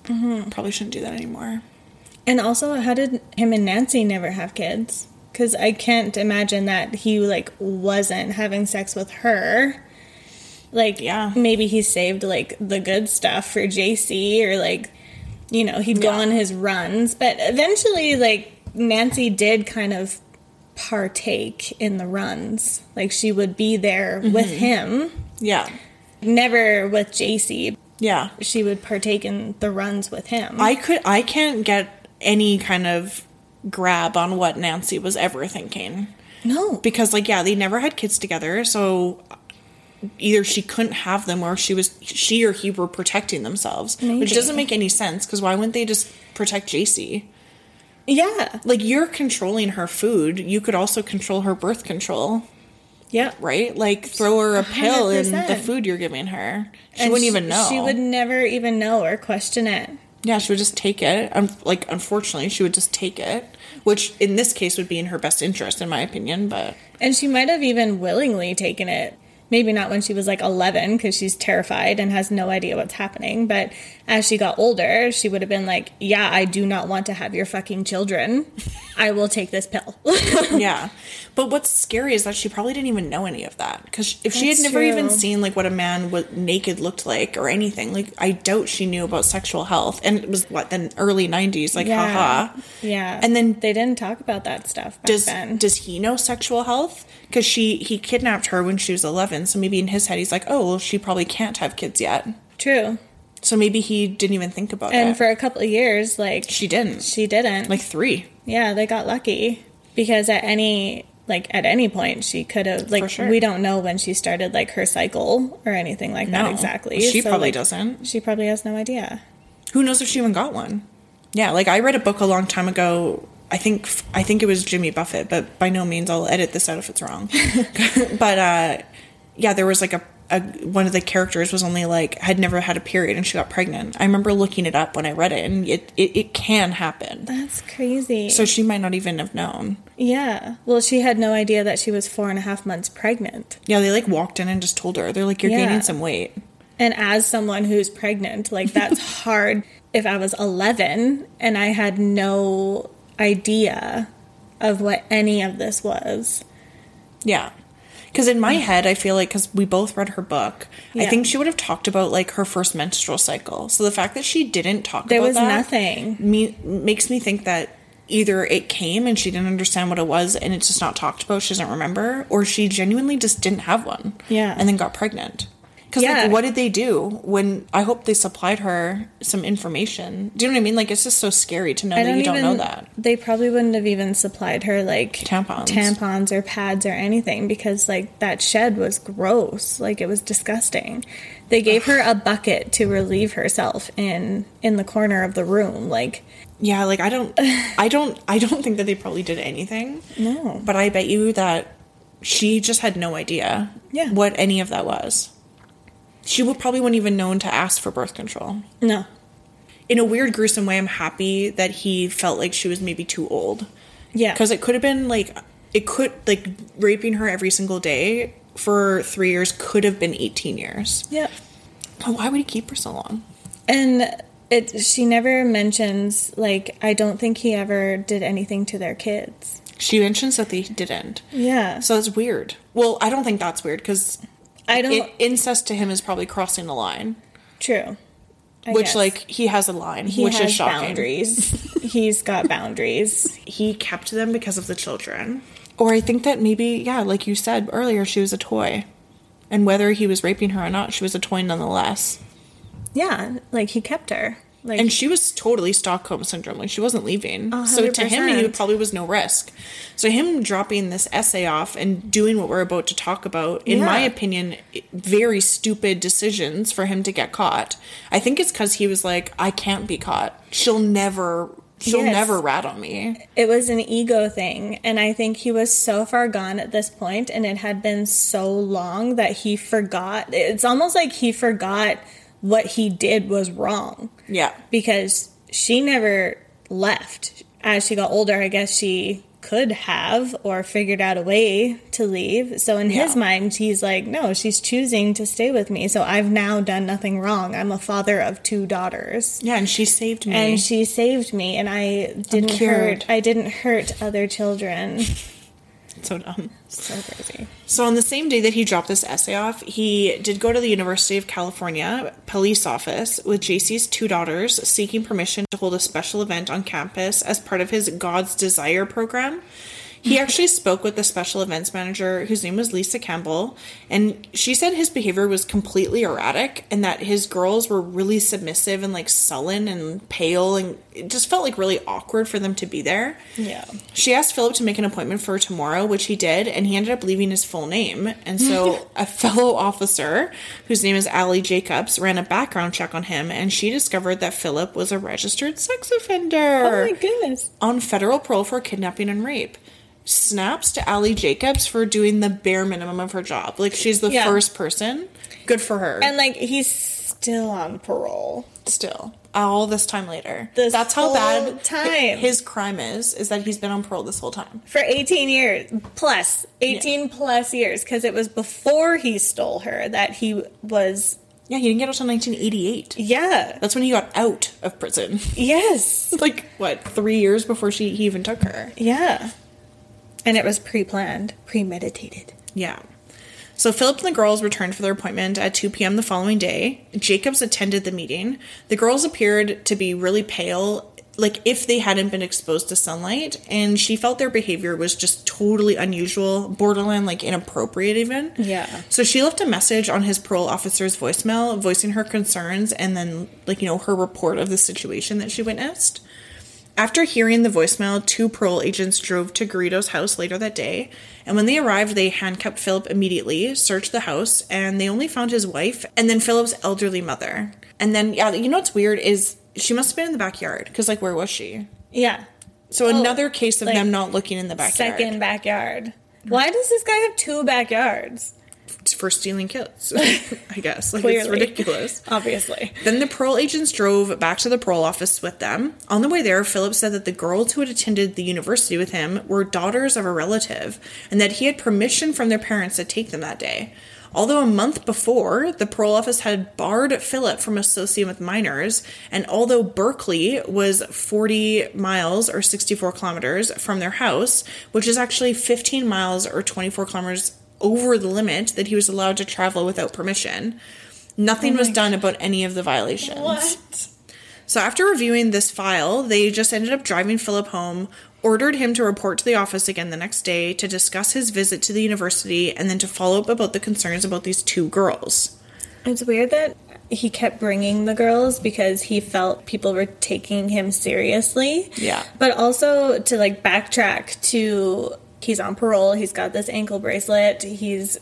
mm, probably shouldn't do that anymore.
And also, how did him and Nancy never have kids? Cuz I can't imagine that he like wasn't having sex with her. Like
Yeah.
maybe he saved like the good stuff for JC or like you know, he'd go
Yeah.
on his runs, but eventually like Nancy did kind of partake in the runs. Like she would be there
Mm-hmm.
with him,
Yeah.
never with JC.
Yeah.
She would partake in the runs with him.
I could I can't get any kind of grab on what Nancy was ever thinking
no.
because like yeah, they never had kids together, so either she couldn't have them or she was she or he were protecting themselves, which
Maybe.
doesn't make any sense because why wouldn't they just protect JC?
yeah.
Like you're controlling her food, you could also control her birth control,
Yep.
right? Like throw her a pill in the
100%.
food you're giving her. She
And
wouldn't even know.
She would never even know or question it.
Yeah, she would just take it. Um, like, unfortunately, she would just take it, which in this case would be in her best interest, in my opinion. But
And she might have even willingly taken it. Maybe not when she was like 11 because she's terrified and has no idea what's happening. But as she got older, she would have been like, Yeah, I do not want to have your fucking children. I will take this pill.
yeah. But what's scary is that she probably didn't even know any of that. Because if she had
That's
never even
true.
seen, like, what a man was, naked looked like or anything, like, I doubt she knew about sexual health. And it was, what, the early 90s? Like, haha.
Uh-huh. Yeah.
And then-
they didn't talk about that stuff back
Does,
then.
does he know sexual health? Because she he kidnapped her when she was 11. So maybe in his head, he's like, oh, well, she probably can't have kids yet.
True.
So maybe he didn't even think about
And
it.
for a couple of years, like,
she didn't.
she didn't.
Like, three.
Yeah, they got lucky because at any like at any point she could have like
sure.
we don't know when she started like her cycle or anything like
No.
that exactly.
Oh, She probably
like,
doesn't.
She probably has no idea.
Who knows if she even got one? Yeah, like I read a book a long time ago. I think I think it was Jimmy Buffett, but by no means I'll edit this out if it's wrong. but uh, yeah, there was like a, a one of the characters was only like had never had a period and she got pregnant. I remember looking it up when I read it, and it it, it can happen.
That's crazy.
So she might not even have known.
yeah. Well, she had no idea that she was four and a half months pregnant.
Yeah, they like walked in and just told her. They're like, "You're
Yeah.
gaining some weight."
And as someone who's pregnant, like that's hard. If I was 11 and I had no idea of what any of this was,
Yeah. Because in my head, I feel like because we both read her book, I
Mm. Yeah.
think she would have talked about like her first menstrual cycle. So the fact that she didn't talk
there
about
was
that
nothing.
me- makes me think that either it came and she didn't understand what it was and it's just not talked about, she doesn't remember, or she genuinely just didn't have one.
Yeah.
And then got pregnant. Because
Yeah.
like, what did they do? When I hope they supplied her some information. Do you know what I mean? Like, it's just so scary to know that you don't know that.
They probably wouldn't have even supplied her like
Tampons.
tampons or pads or anything because like that shed was gross. Like it was disgusting. They gave her a bucket to relieve herself in in the corner of the room. Like
Yeah, like I don't, I don't, I don't think that they probably did anything.
no,
But I bet you that she just had no idea.
Yeah.
What any of that was. She would probably wouldn't even known to ask for birth control.
no.
In a weird, gruesome way, I'm happy that he felt like she was maybe too old.
Yeah,
because it could have been like it could like raping her every single day for three years could have been 18 years
yeah.
But why would he keep her so long
And it she never mentions like I don't think he ever did anything to their kids.
she mentions that they didn't
Yeah.
so that's weird well i don't think that's weird because
I don't
incest to him is probably crossing the line
true. I
which
guess.
like he has a line
he
which
has
is shocking
boundaries. He's got boundaries.
he kept them because of the children or i think that maybe yeah like you said earlier she was a toy and whether he was raping her or not she was a toy nonetheless
Yeah, like he kept her. Like
And she was totally Stockholm syndrome. Like she wasn't leaving. So to him, he
100%.
probably was no risk. So him dropping this essay off and doing what we're about to talk about, in my
Yeah.
opinion, very stupid decisions for him to get caught. I think it's because he was like, I can't be caught. She'll never. She'll
Yes.
never rat on me.
it was an ego thing, and I think he was so far gone at this point, and it had been so long that he forgot. It's almost like he forgot what he did was wrong
Yeah.
because she never left. As she got older, I guess she could have or figured out a way to leave. So in his
Yeah.
mind, he's like, no, she's choosing to stay with me. So I've now done nothing wrong. I'm a father of two daughters.
Yeah, and she saved me.
and she saved me and i didn't
cured.
hurt i didn't hurt other children
so dumb.
so crazy
So on the same day that he dropped this essay off, he did go to the University of California police office with JC's two daughters seeking permission to hold a special event on campus as part of his God's Desire program. He actually spoke with the special events manager whose name was Lisa Campbell, and she said his behavior was completely erratic and that his girls were really submissive and like sullen and pale and it just felt like really awkward for them to be there.
yeah
She asked Philip to make an appointment for tomorrow, which he did, and he ended up leaving his full name. And so a fellow officer, whose name is Allie Jacobs, ran a background check on him, and she discovered that Philip was a registered sex
oh
offender
my goodness
on federal parole for kidnapping and rape. Snaps to Allie Jacobs for doing the bare minimum of her job. Like she's the
Yeah.
first person. Good for her.
and like he's still on parole
still all this time later.
This
That's how
whole
bad
time.
his crime is. Is that he's been on parole this whole time.
for 18 years plus 18 plus years because it was before he stole her that he was
Yeah, he didn't get out until 1988.
yeah
That's when he got out of prison.
yes
like what, three years before she he even took her.
yeah and it was pre-planned premeditated
Yeah. So Philip and the girls returned for their appointment at 2 p.m. the following day. Jacobs attended the meeting. The girls appeared to be really pale, like if they hadn't been exposed to sunlight, and she felt their behavior was just totally unusual, borderline like inappropriate even.
Yeah.
So she left a message on his parole officer's voicemail voicing her concerns and then like you know her report of the situation that she witnessed. After hearing the voicemail, two parole agents drove to Garrido's house later that day, and when they arrived, they handcuffed Philip immediately, searched the house, and they only found his wife and then Philip's elderly mother. And then, yeah, you know what's weird is she must have been in the backyard because, like, where was she?
yeah
So another case of
Oh, like,
them not looking in the backyard
second backyard why does this guy have two backyards
for stealing kids. I guess like it's
Clearly.
ridiculous.
obviously
Then the parole agents drove back to the parole office with them. On the way there, Philip said that the girls who had attended the university with him were daughters of a relative and that he had permission from their parents to take them that day. Although a month before, the parole office had barred Philip from associating with minors, and although Berkeley was 40 miles or 64 kilometers from their house, which is actually 15 miles or 24 kilometers over the limit that he was allowed to travel without permission. Nothing was done about any of the violations.
What?
So after reviewing this file, they just ended up driving Philip home, ordered him to report to the office again the next day to discuss his visit to the university and then to follow up about the concerns about these two girls.
It's weird that he kept bringing the girls because he felt people were taking him seriously.
Yeah.
But also to like backtrack to he's on parole, he's got this ankle bracelet, he's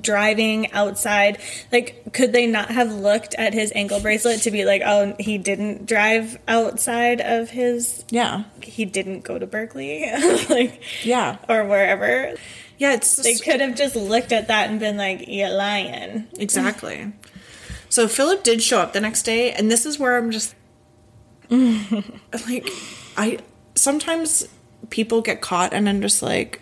driving outside. Like could they not have looked at his ankle bracelet to be like, "Oh, he didn't drive outside of his
Yeah.
he didn't go to Berkeley." like
Yeah.
or wherever.
Yeah, it's
They could have just looked at that and been like, "You're lying."
Exactly. So Philip did show up the next day, and this is where I'm just like, I sometimes people get caught, and I'm just like,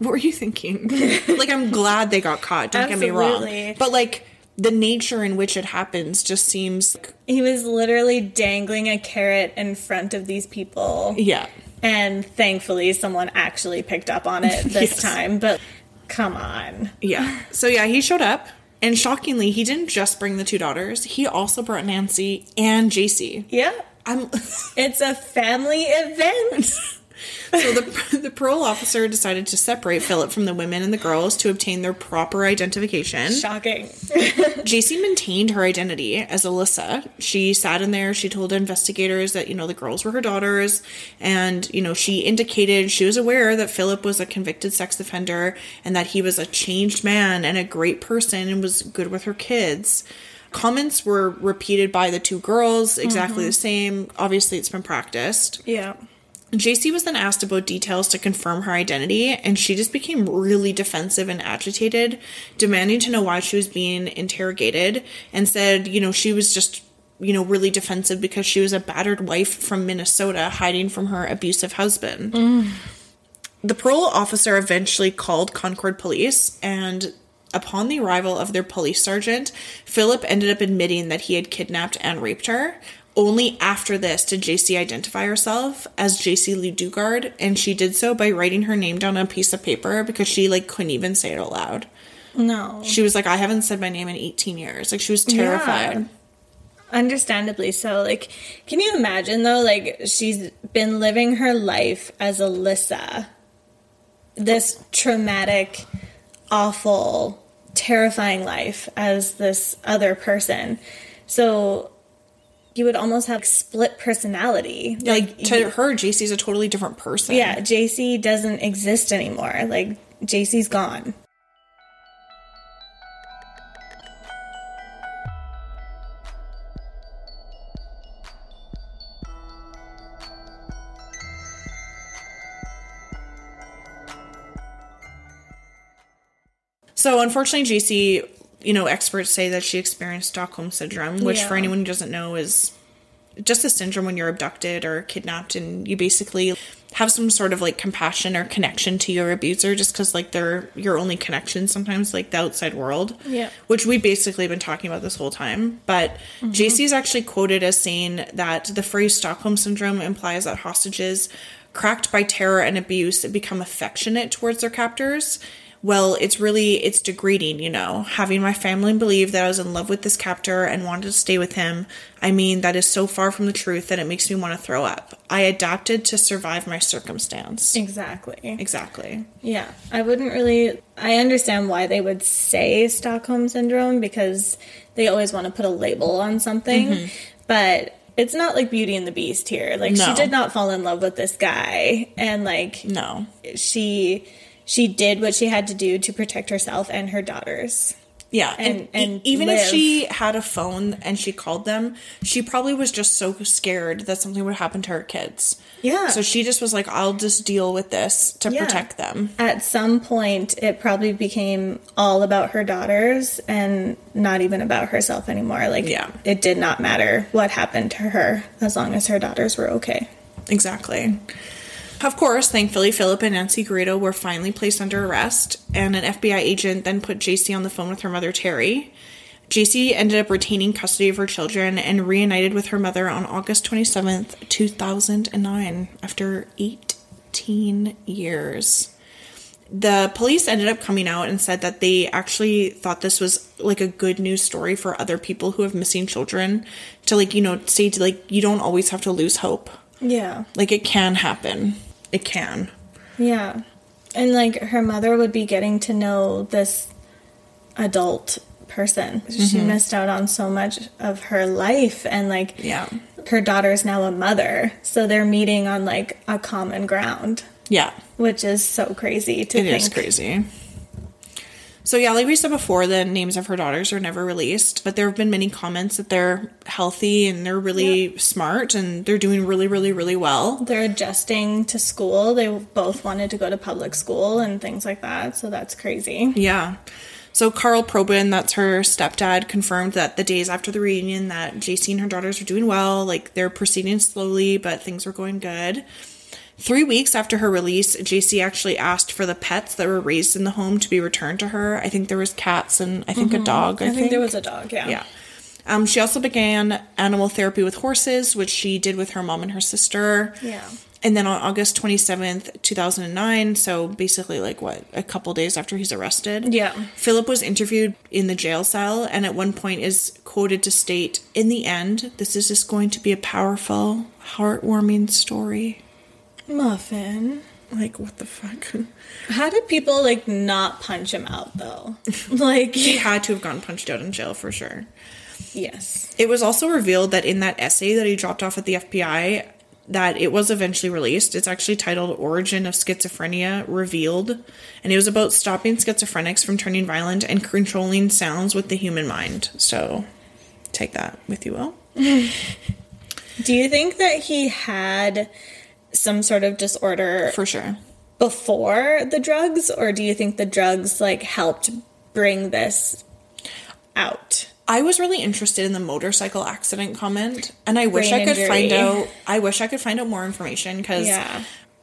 what were you thinking? like, I'm glad they got caught. Don't get me
Absolutely.
wrong, but like the nature in which it happens just seems,
He was literally dangling a carrot in front of these people.
yeah,
And thankfully, someone actually picked up on it this
Yes.
time. But come on.
yeah. So yeah, he showed up. And shockingly, he didn't just bring the two daughters. He also brought Nancy and JC.
Yeah.
I'm
It's a family event.
So the, the parole officer decided to separate Philip from the women and the girls to obtain their proper identification.
Shocking.
JC maintained her identity as Alyssa. She sat in there, she told investigators that, you know, the girls were her daughters, and, you know, she indicated she was aware that Philip was a convicted sex offender and that he was a changed man and a great person and was good with her kids. Comments were repeated by the two girls, exactly the same. Obviously, it's been practiced.
Yeah.
JC was then asked about details to confirm her identity, and she just became really defensive and agitated, demanding to know why she was being interrogated, and said, you know, she was just, you know, really defensive because she was a battered wife from Minnesota hiding from her abusive husband. The parole officer eventually called Concord police, and upon the arrival of their police sergeant, Philip ended up admitting that he had kidnapped and raped her. Only after this did JC identify herself as JC Lee Dugard, and she did so by writing her name down on a piece of paper because she like couldn't even say it aloud.
No.
She was like, I haven't said my name in 18 years. Like she was terrified.
Understandably so. Like, can you imagine though? Like, she's been living her life as Alyssa. This traumatic, awful, terrifying life as this other person. So you would almost have split personality.
Like to
you-
her, JC's a totally different person.
yeah, JC doesn't exist anymore. Like, JC's gone.
So unfortunately, JC, you know, experts say that she experienced Stockholm syndrome, which for
Yeah.
anyone who doesn't know is just a syndrome when you're abducted or kidnapped and you basically have some sort of like compassion or connection to your abuser just because like they're your only connection sometimes like the outside world
Yeah.
which we basically been talking about this whole time but jc is actually quoted as saying that the phrase stockholm syndrome implies that hostages cracked by terror and abuse become affectionate towards their captors well it's really it's degrading you know having my family believe that i was in love with this captor and wanted to stay with him i mean that is so far from the truth that it makes me want to throw up i adapted to survive my circumstance
Exactly.
exactly
Yeah, I wouldn't really. I understand why they would say Stockholm syndrome because they always want to put a label on something.
Mm-hmm.
But it's not like Beauty and the Beast here. Like
No.
she did not fall in love with this guy, and like
no
she she did what she had to do to protect herself and her daughters.
Yeah, and,
and- and
e- even if
live.
she had a phone and she called them, she probably was just so scared that something would happen to her kids.
Yeah.
So she just was like, "I'll just deal with this to
Yeah.
protect them."
At some point, it probably became all about her daughters and not even about herself anymore. Like,
Yeah.
it did not matter what happened to her as long as her daughters were okay.
Exactly. Of course, thankfully, Philip and Nancy Garrido were finally placed under arrest, and an FBI agent then put JC on the phone with her mother, Terry. JC ended up retaining custody of her children and reunited with her mother on August 27th, 2009, after 18 years. the police ended up coming out and said that they actually thought this was like a good news story for other people who have missing children to like you know say to like you don't always have to lose hope
Yeah.
like it can happen it can
Yeah. And like her mother would be getting to know this adult person. She
Mm-hmm.
missed out on so much of her life and like
Yeah.
her daughter's now a mother. So they're meeting on like a common ground,
Yeah.
which is so crazy to
it is
think.
crazy. So yeah, like we said before, the names of her daughters are never released, but there have been many comments that they're healthy and they're really smart and they're doing really, really, really well.
They're adjusting to school. They both wanted to go to public school and things like that. So that's crazy.
Yeah. So Carl Probin, that's her stepdad, confirmed that the days after the reunion that JC and her daughters were doing well, like they're proceeding slowly, but things were going good. Three weeks after her release, JC actually asked for the pets that were raised in the home to be returned to her. I think there was cats and I think a dog. I,
Mm-hmm. I think, there was a dog. Yeah.
Yeah. Um, she also began animal therapy with horses, which she did with her mom and her sister.
Yeah.
And then on August 27th, 2009, so basically like what, a couple days after he's arrested?
Yeah.
Philip was interviewed in the jail cell and at one point is quoted to state, In the end, this is just going to be a powerful, heartwarming story.
Muffin.
Like, what the fuck?
How did people like not punch him out though? like,
he had to have gotten punched out in jail for sure.
yes.
It was also revealed that in that essay that he dropped off at the FBI, that it was eventually released. It's actually titled Origin of Schizophrenia Revealed, and it was about stopping schizophrenics from turning violent and controlling sounds with the human mind. So take that with you all.
Do you think that he had some sort of disorder
For sure.
before the drugs, or do you think the drugs like helped bring this out?
I was really interested in the motorcycle accident comment, and I wish
Brain
I could
injury.
find out. I wish I could find out more information because
Yeah.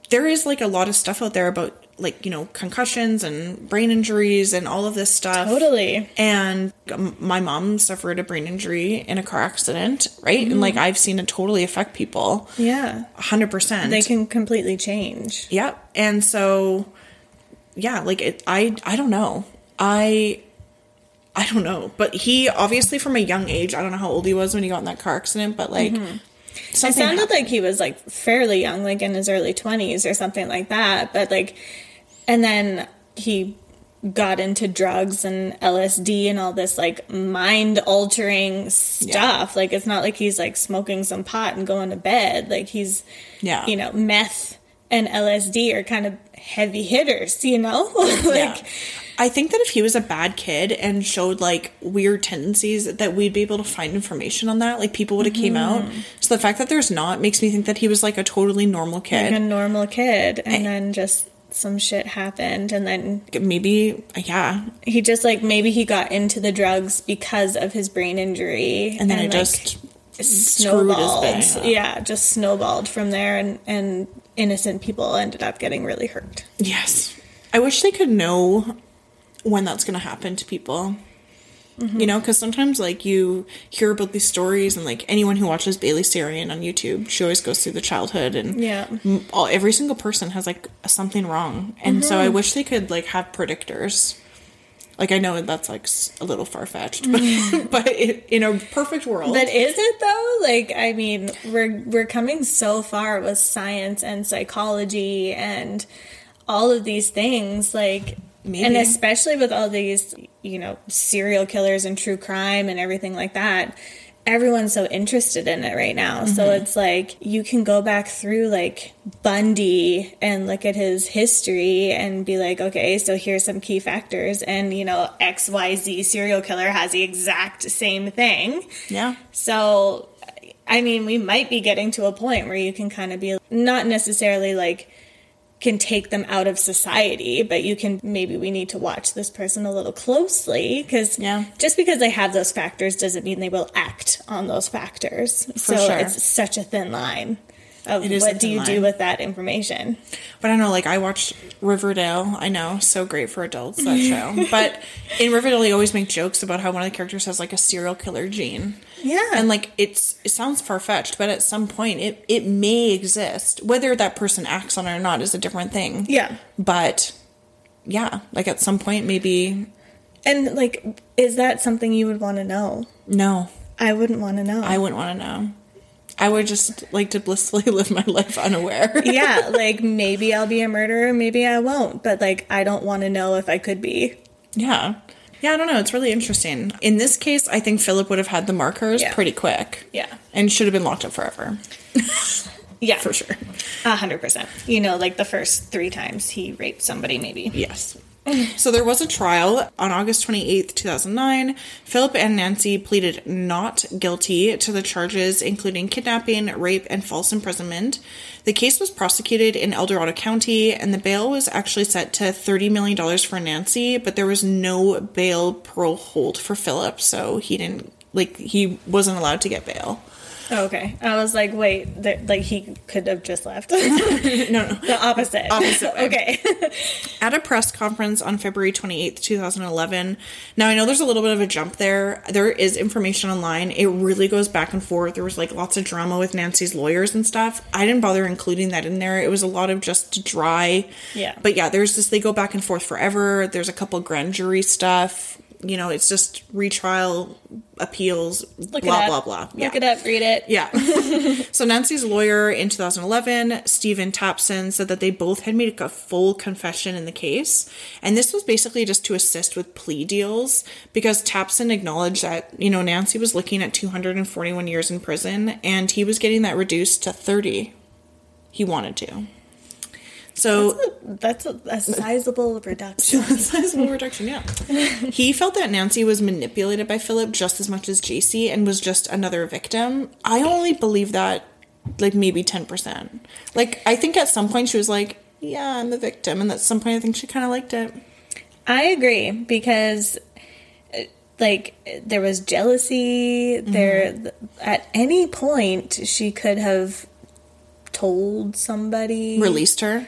there is like a lot of stuff out there about like you know concussions and brain injuries and all of this stuff.
Totally.
And um, my mom suffered a brain injury in a car accident, right? And
Mm-hmm.
like I've seen it totally affect people,
Yeah.
hundred percent.
They can completely change.
Yeah. And so yeah, like it, I I don't know. I I don't know. But he obviously from a young age, I don't know how old he was when he got in that car accident, but like
Mm-hmm. It
something
sounded like he was like fairly young, like in his early 20s or something like that. But like, and then he got into drugs and LSD and all this like mind altering stuff. Like, it's not like he's like smoking some pot and going to bed. Like, he's,
Yeah.
you know, meth and LSD are kind of heavy hitters, you know? like,
Yeah. I think that if he was a bad kid and showed like weird tendencies, that we'd be able to find information on that. Like people would have came out. So the fact that there's not makes me think that he was like a totally normal
like a
kid.
normal kid. And then just some shit happened and then
Maybe, yeah.
he just like maybe he got into the drugs because of his brain injury
And then it
like,
just screwed his
snowballed
bang up.
yeah just snowballed from there and and innocent people ended up getting really hurt
Yes. I wish they could know when that's going to happen to people. You know, because sometimes, like, you hear about these stories, and like anyone who watches Bailey Sarian on YouTube, she always goes through the childhood, and
Yeah.
m- all, every single person has like something wrong. And so, I wish they could like have predictors. Like, I know that's like s- a little far fetched, but, but it, in a perfect world,
but is it though like i mean we're we're coming so far with science and psychology and all of these things like
Maybe.
and especially with all these you know serial killers and true crime and everything like that everyone's so interested in it right now so it's like you can go back through like bundy and look at his history and be like okay so here's some key factors and you know xyz serial killer has the exact same thing
yeah,
so, I mean, we might be getting to a point where you can kind of be not necessarily like can take them out of society, but you can maybe we need to watch this person a little closely because
Yeah.
just because they have those factors doesn't mean they will act on those factors. so
sure.
it's such a thin line of
is a
what do
thin
you do
line.
with that information.
But I don't know, like I watched Riverdale. I know, so great for adults that show. but in Riverdale, they always make jokes about how one of the characters has like a serial killer gene,
Yeah.
and like it's it sounds far fetched, but at some point it it may exist. Whether that person acts on it or not is a different thing.
yeah.
But yeah, like at some point maybe
And like is that something you would want to know?
no,
I wouldn't want to know.
I wouldn't want to know. I would just like to blissfully live my life unaware.
yeah, like maybe I'll be a murderer, maybe I won't, but like I don't want to know if I could be.
Yeah. Yeah, I don't know. It's really interesting. In this case, I think Philip would have had the markers
Yeah.
pretty quick.
Yeah.
And should have been locked up forever.
Yeah.
For sure.
A hundred percent. You know, like the first three times he raped somebody, maybe.
Yes. So there was a trial on August 28th, 2009. Philip and Nancy pleaded not guilty to the charges including kidnapping, rape, and false imprisonment. The case was prosecuted in El Dorado County and the bail was actually set to $30 million for Nancy, but there was no bail parole hold for Philip, so he didn't like he wasn't allowed to get bail. Oh,
okay. I was like, wait, that like he could have just left.
No, no.
the opposite.
Opposite way.
okay.
at a press conference on February 28th, 2011. Now, I know there's a little bit of a jump there. There is information online. It really goes back and forth. There was like lots of drama with Nancy's lawyers and stuff. I didn't bother including that in there. It was a lot of just dry.
Yeah.
But yeah, there's this, they go back and forth forever. There's a couple grand jury stuff. You know, it's just retrial, appeals,
Look
blah,
it up.
blah, blah.
Look it up. Read it.
Yeah. so Nancy's lawyer in 2011, Stephen Tapson, said that they both had made a full confession in the case. And this was basically just to assist with plea deals because Tapson acknowledged that, you know, Nancy was looking at 241 years in prison and he was getting that reduced to 30. He wanted to. So
That's a, a sizable reduction.
sizable reduction, yeah. he felt that Nancy was manipulated by Philip just as much as JC and was just another victim. I only believe that like maybe 10%. Like I think at some point she was like, yeah, I'm a victim and at some point I think she kind of liked it.
I agree because uh, like there was jealousy
Mm-hmm.
there th- at any point she could have told somebody
Released her.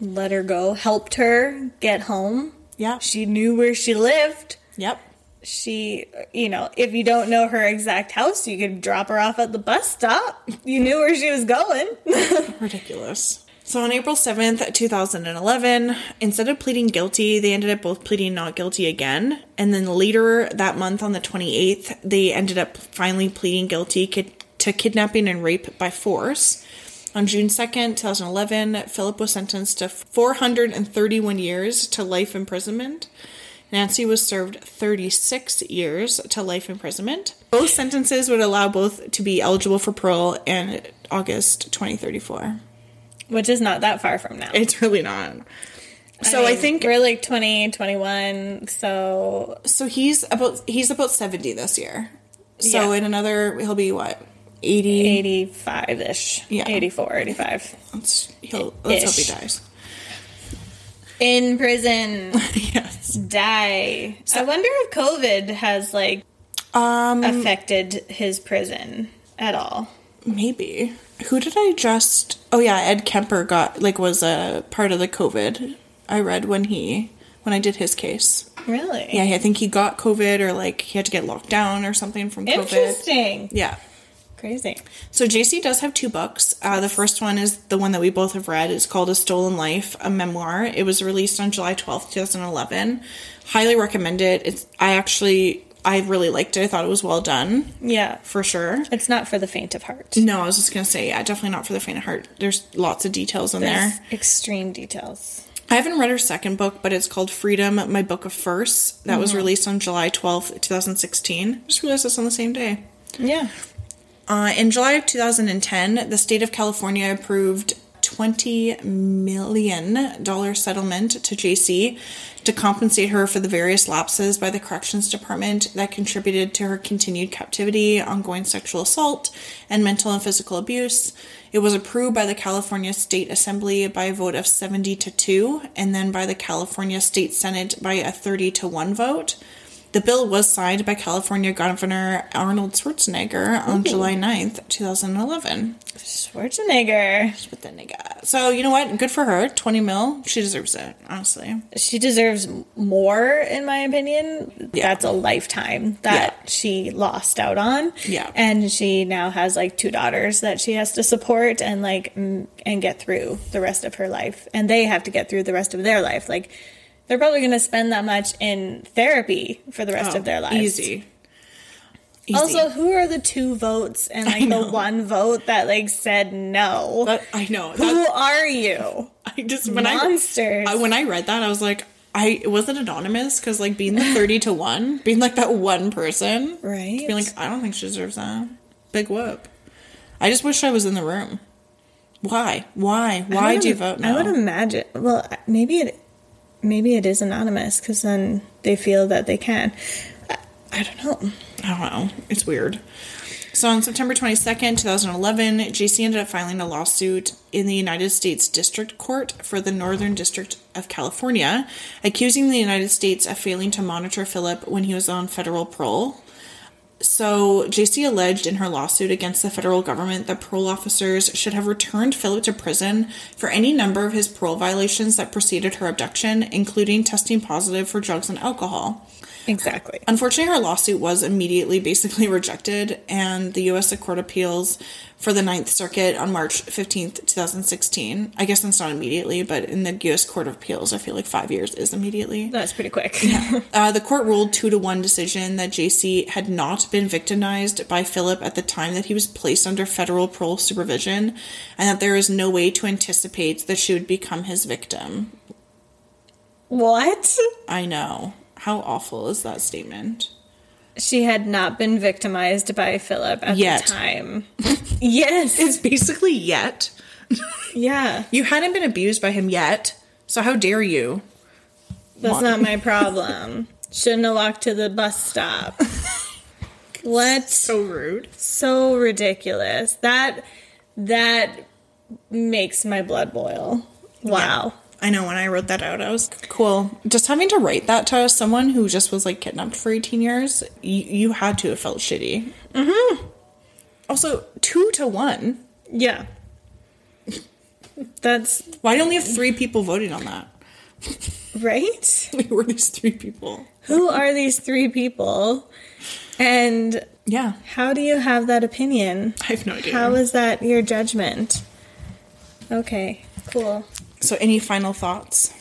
let her go helped her get home
Yeah.
she knew where she lived
Yep.
she you know if you don't know her exact house you could drop her off at the bus stop you knew where she was going
Ridiculous. So on April 7th, 2011, instead of pleading guilty, they ended up both pleading not guilty again. And then later that month, on the 28th, they ended up finally pleading guilty kid- to kidnapping and rape by force. On June 2nd, 2011, Philip was sentenced to 431 years to life imprisonment. Nancy was served 36 years to life imprisonment. Both sentences would allow both to be eligible for parole in August 2034.
which is not that far from now
It's really not. So I, think
we're like 20 21 so
so he's about he's about 70 this year. So
Yeah.
in another he'll be what? 80.
85 ish.
Yeah.
84, 85.
Let's, he'll, let's hope he
Ish.
dies.
In prison.
yes.
Die. I wonder if COVID has like
Um
Mm. affected his prison at all.
maybe. Who did I just Oh yeah, Ed Kemper got like was a part of the COVID. I read when he when I did his case.
Really?
Yeah, I think he got COVID or like he had to get locked down or something from COVID.
Interesting.
Yeah.
Crazy.
So JC does have two books. Uh, the first one is the one that we both have read. It's called A Stolen Life, a memoir. It was released on July 12th, 2011. Highly recommend it. It's I actually I really liked it. I thought it was well done
Yeah.
for sure.
It's not for the faint of heart.
No, I was just gonna say, yeah, definitely not for the faint of heart. There's lots of details in
There's
there.
extreme details.
I haven't read her second book, but it's called Freedom, My Book of Verse. That was released on July 12th, 2016. I just realized that's on the same day.
Yeah.
Uh, in July of 2010, the state of California approved $20 million settlement to JC to compensate her for the various lapses by the Corrections Department that contributed to her continued captivity, ongoing sexual assault, and mental and physical abuse. It was approved by the California State Assembly by a vote of 70 to 2, and then by the California State Senate by a 30 to 1 vote. The bill was signed by California Governor Arnold Schwarzenegger on July 9th, 2011.
Schwarzenegger.
Just with the nigga. So, you know what? Good for her. 20 mil. She deserves it, honestly.
She deserves more, in my opinion.
Yeah.
That's a lifetime that
Yeah.
she lost out on.
Yeah.
And she now has like two daughters that she has to support and like, m- and get through the rest of her life. And they have to get through the rest of their life. Like, they're probably going to spend that much in therapy for the rest of their lives.
Oh, Easy. Easy.
Also, who are the two votes and like the one vote that like said no?
That- I know.
who
That,
are you?
I just, when I,
Monsters.
I, when I read that, I was like, I was it anonymous because like being the thirty to one, being like that one person,
Right.
Being like, I don't think she deserves that. Big whoop. I just wish I was in the room. Why? Why? Why
would
do you
im-
vote
I
no?
would imagine. Well, maybe it, maybe it is anonymous because then they feel that they can. I, I don't know.
I don't know. It's weird. So on September 22nd, 2011, JC ended up filing a lawsuit in the United States District Court for the Northern District of California, accusing the United States of failing to monitor Philip when he was on federal parole. So, JC alleged in her lawsuit against the federal government that parole officers should have returned Philip to prison for any number of his parole violations that preceded her abduction, including testing positive for drugs and alcohol.
Exactly.
Unfortunately, her lawsuit was immediately basically rejected, and the U.S. Court of Appeals for the Ninth Circuit on March 15th, 2016. I guess it's not immediately, but in the U.S. Court of Appeals, I feel like five years is immediately.
That's pretty quick.
Uh, the court ruled two to one decision that JC had not been victimized by Philip at the time that he was placed under federal parole supervision, and that there is no way to anticipate that she would become his victim.
what?
I know. How awful is that statement?
She had not been victimized by Philip at
Yet.
the time. yes.
It's basically yet.
Yeah.
You hadn't been abused by him yet, so how dare you?
That's not my problem. Shouldn't have walked to the bus stop. what?
So rude.
so ridiculous. That that makes my blood boil. Wow.
I know when I wrote that out, I was cool. Just having to write that to someone who just was like kidnapped for 18 years, you, you had to have felt shitty. Mm hmm. Also, two to one.
Yeah. That's
Why do you only have three people voting on that?
right.
We were these three people.
Who are these three people? And
Yeah.
how do you have that opinion?
I have no idea.
How is that your judgment? Okay, cool.
so, any final thoughts?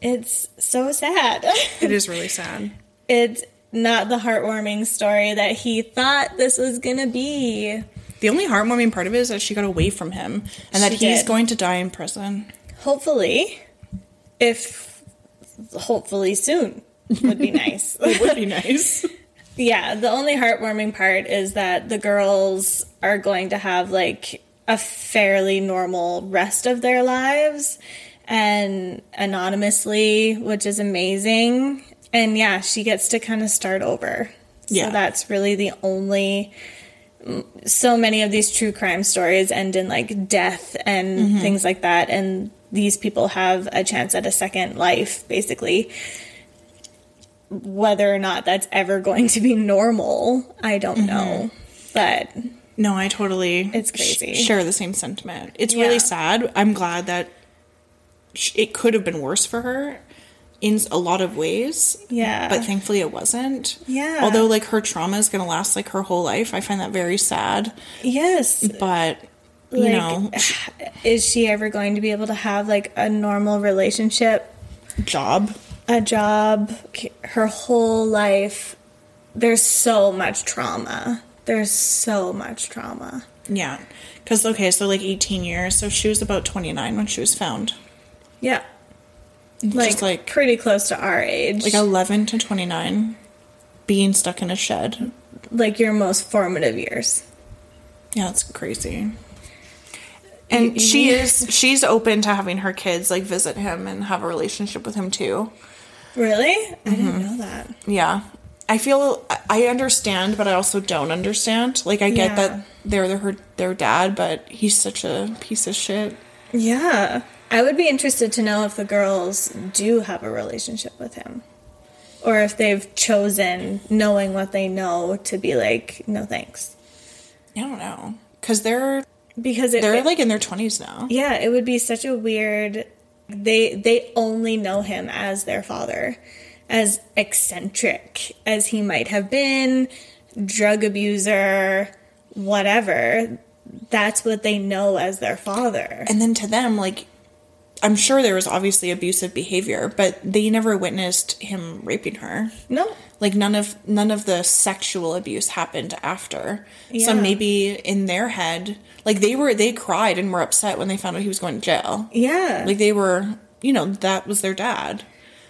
It's so sad.
It is really sad.
it's not the heartwarming story that he thought this was gonna be.
The only heartwarming part of it is that she got away from him and that
She
he's
did.
going to die in prison.
Hopefully, if hopefully soon would be nice.
It would be nice.
yeah, the only heartwarming part is that the girls are going to have like a fairly normal rest of their lives and anonymously, which is amazing. And yeah, she gets to kind of start over.
Yeah.
So that's really the only so many of these true crime stories end in like death and things like that and these people have a chance at a second life basically whether or not that's ever going to be normal i don't
Mm-hmm.
know but
No, I totally.
It's
sh-
crazy.
share the same sentiment. It's
Yeah.
really sad. I'm glad that sh- it could have been worse for her in s- a lot of ways.
Yeah.
But thankfully it wasn't.
Yeah.
Although like her trauma is going to last like her whole life. I find that very sad.
yes
But you
like
know,
is she ever going to be able to have like a normal relationship
job.
a job her whole life there's so much trauma there's so much trauma
Yeah. Cuz okay, so like 18 years. So she was about 29 when she was found.
yeah
It's
like,
just like
pretty close to our age.
like 11 to 29 being stuck in a shed.
like your most formative years.
Yeah, it's crazy. And she is she's open to having her kids like visit him and have a relationship with him too.
Really? I
Mm-hmm.
didn't know that.
Yeah. I feel I- I understand, but I also don't understand. Like I get
Yeah.
that they're their her their dad, but he's such a piece of shit.
Yeah. I would be interested to know if the girls do have a relationship with him. Or if they've chosen, knowing what they know, to be like, no thanks.
I don't know. Cause they're
Because it,
they're
it-
like in their twenties now.
yeah, it would be such a weird. They they only know him as their father, as eccentric as he might have been, drug abuser, whatever. That's what they know as their father.
And then to them, like I'm sure there was obviously abusive behavior, but they never witnessed him raping her.
No,
like none of none of the sexual abuse happened after
Yeah.
so maybe in their head like they were they cried and were upset when they found out he was going to jail
yeah,
like they were you know that was their dad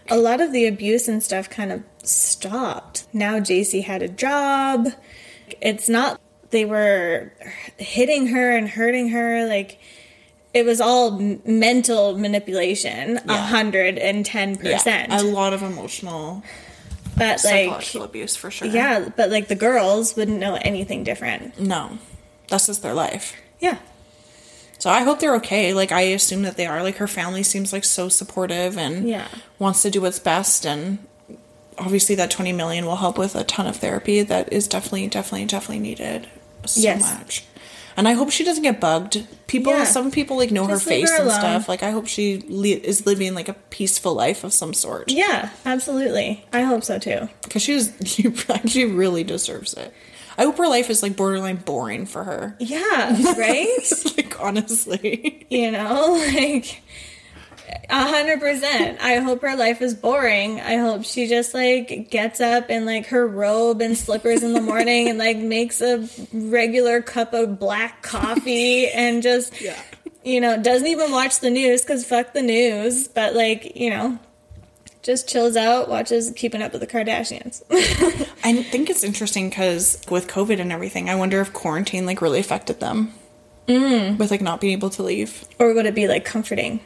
traumatic.
a lot of the abuse and stuff kind of stopped. Now JC had a job. It's not they were hitting her and hurting her like it was all m- mental manipulation, a hundred and ten percent.
A lot of emotional
But like,
psychological abuse for sure.
yeah, but like the girls wouldn't know anything different.
No. That's just their life.
Yeah,
So I hope they're okay. Like I assume that they are. Like her family seems like so supportive and
Yeah.
wants to do what's best and obviously that 20 million will help with a ton of therapy that is definitely definitely definitely needed so
Yes.
much. And I hope she doesn't get bugged. People
Yeah.
some people like know
Just
her
leave
face
her
and
alone.
stuff. Like I hope she le- is living like a peaceful life of some sort
yeah, absolutely. I hope so too.
because she's she actually really deserves it. I hope her life is like borderline boring for her.
Yeah, right.
like honestly.
you know like a hundred percent i hope her life is boring i hope she just like gets up in like her robe and slippers in the morning and like makes a regular cup of black coffee and just
Yeah.
you know doesn't even watch the news because fuck the news but like you know just chills out watches keeping up with the kardashians
I think it's interesting because with COVID and everything, I wonder if quarantine like really affected them mm. with like not being able to leave.
or would it be like comforting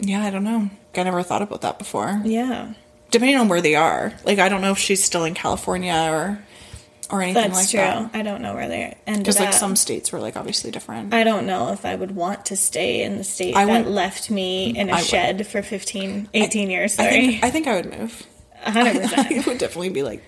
Yeah, I don't know. I never thought about that before.
yeah
Depending on where they are, like I don't know if she's still in California or or anything
that's
like
true
that.
i don't know where they ended
Because like
up.
some states were like obviously different.
I don't know if I would want to stay in the state
I
that
would-
left me in a
I would.
shed for 15, 18 years.
I
Sorry,
think, I think I would move.
hundred percent.
I would definitely be like,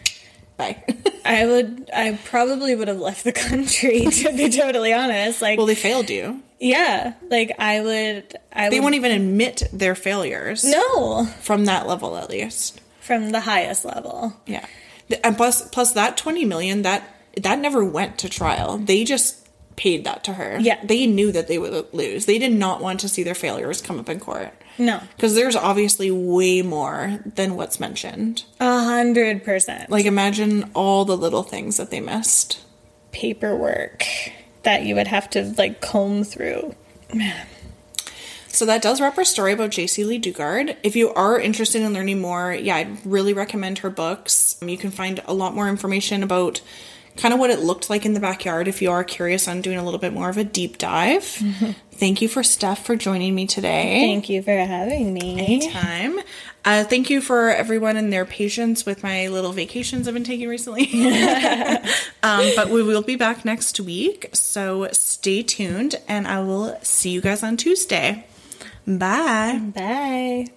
bye.
I would. I probably would have left the country to be totally honest. Like,
well, they failed you.
yeah, like I would. I
They
would.
won't even admit their failures
no,
from that level, at least.
from the highest level.
Yeah, Th- and plus plus that twenty million that that never went to trial. They just paid that to her.
Yeah.
they knew that they would lose. They did not want to see their failures come up in court
No,
because there's obviously way more than what's mentioned.
a hundred percent.
Like imagine all the little things that they missed.
Paperwork that you would have to like comb through.
So that does wrap our story about JC Lee Dugard. If you are interested in learning more, yeah, I'd really recommend her books. Um, You can find a lot more information about kind of what it looked like in the backyard if you are curious on doing a little bit more of a deep dive. Thank you for Steph for joining me today.
Thank you for having me.
Anytime. Uh, thank you for everyone and their patience with my little vacations I've been taking recently. um, but we will be back next week. So stay tuned and I will see you guys on Tuesday. Bye.
Bye.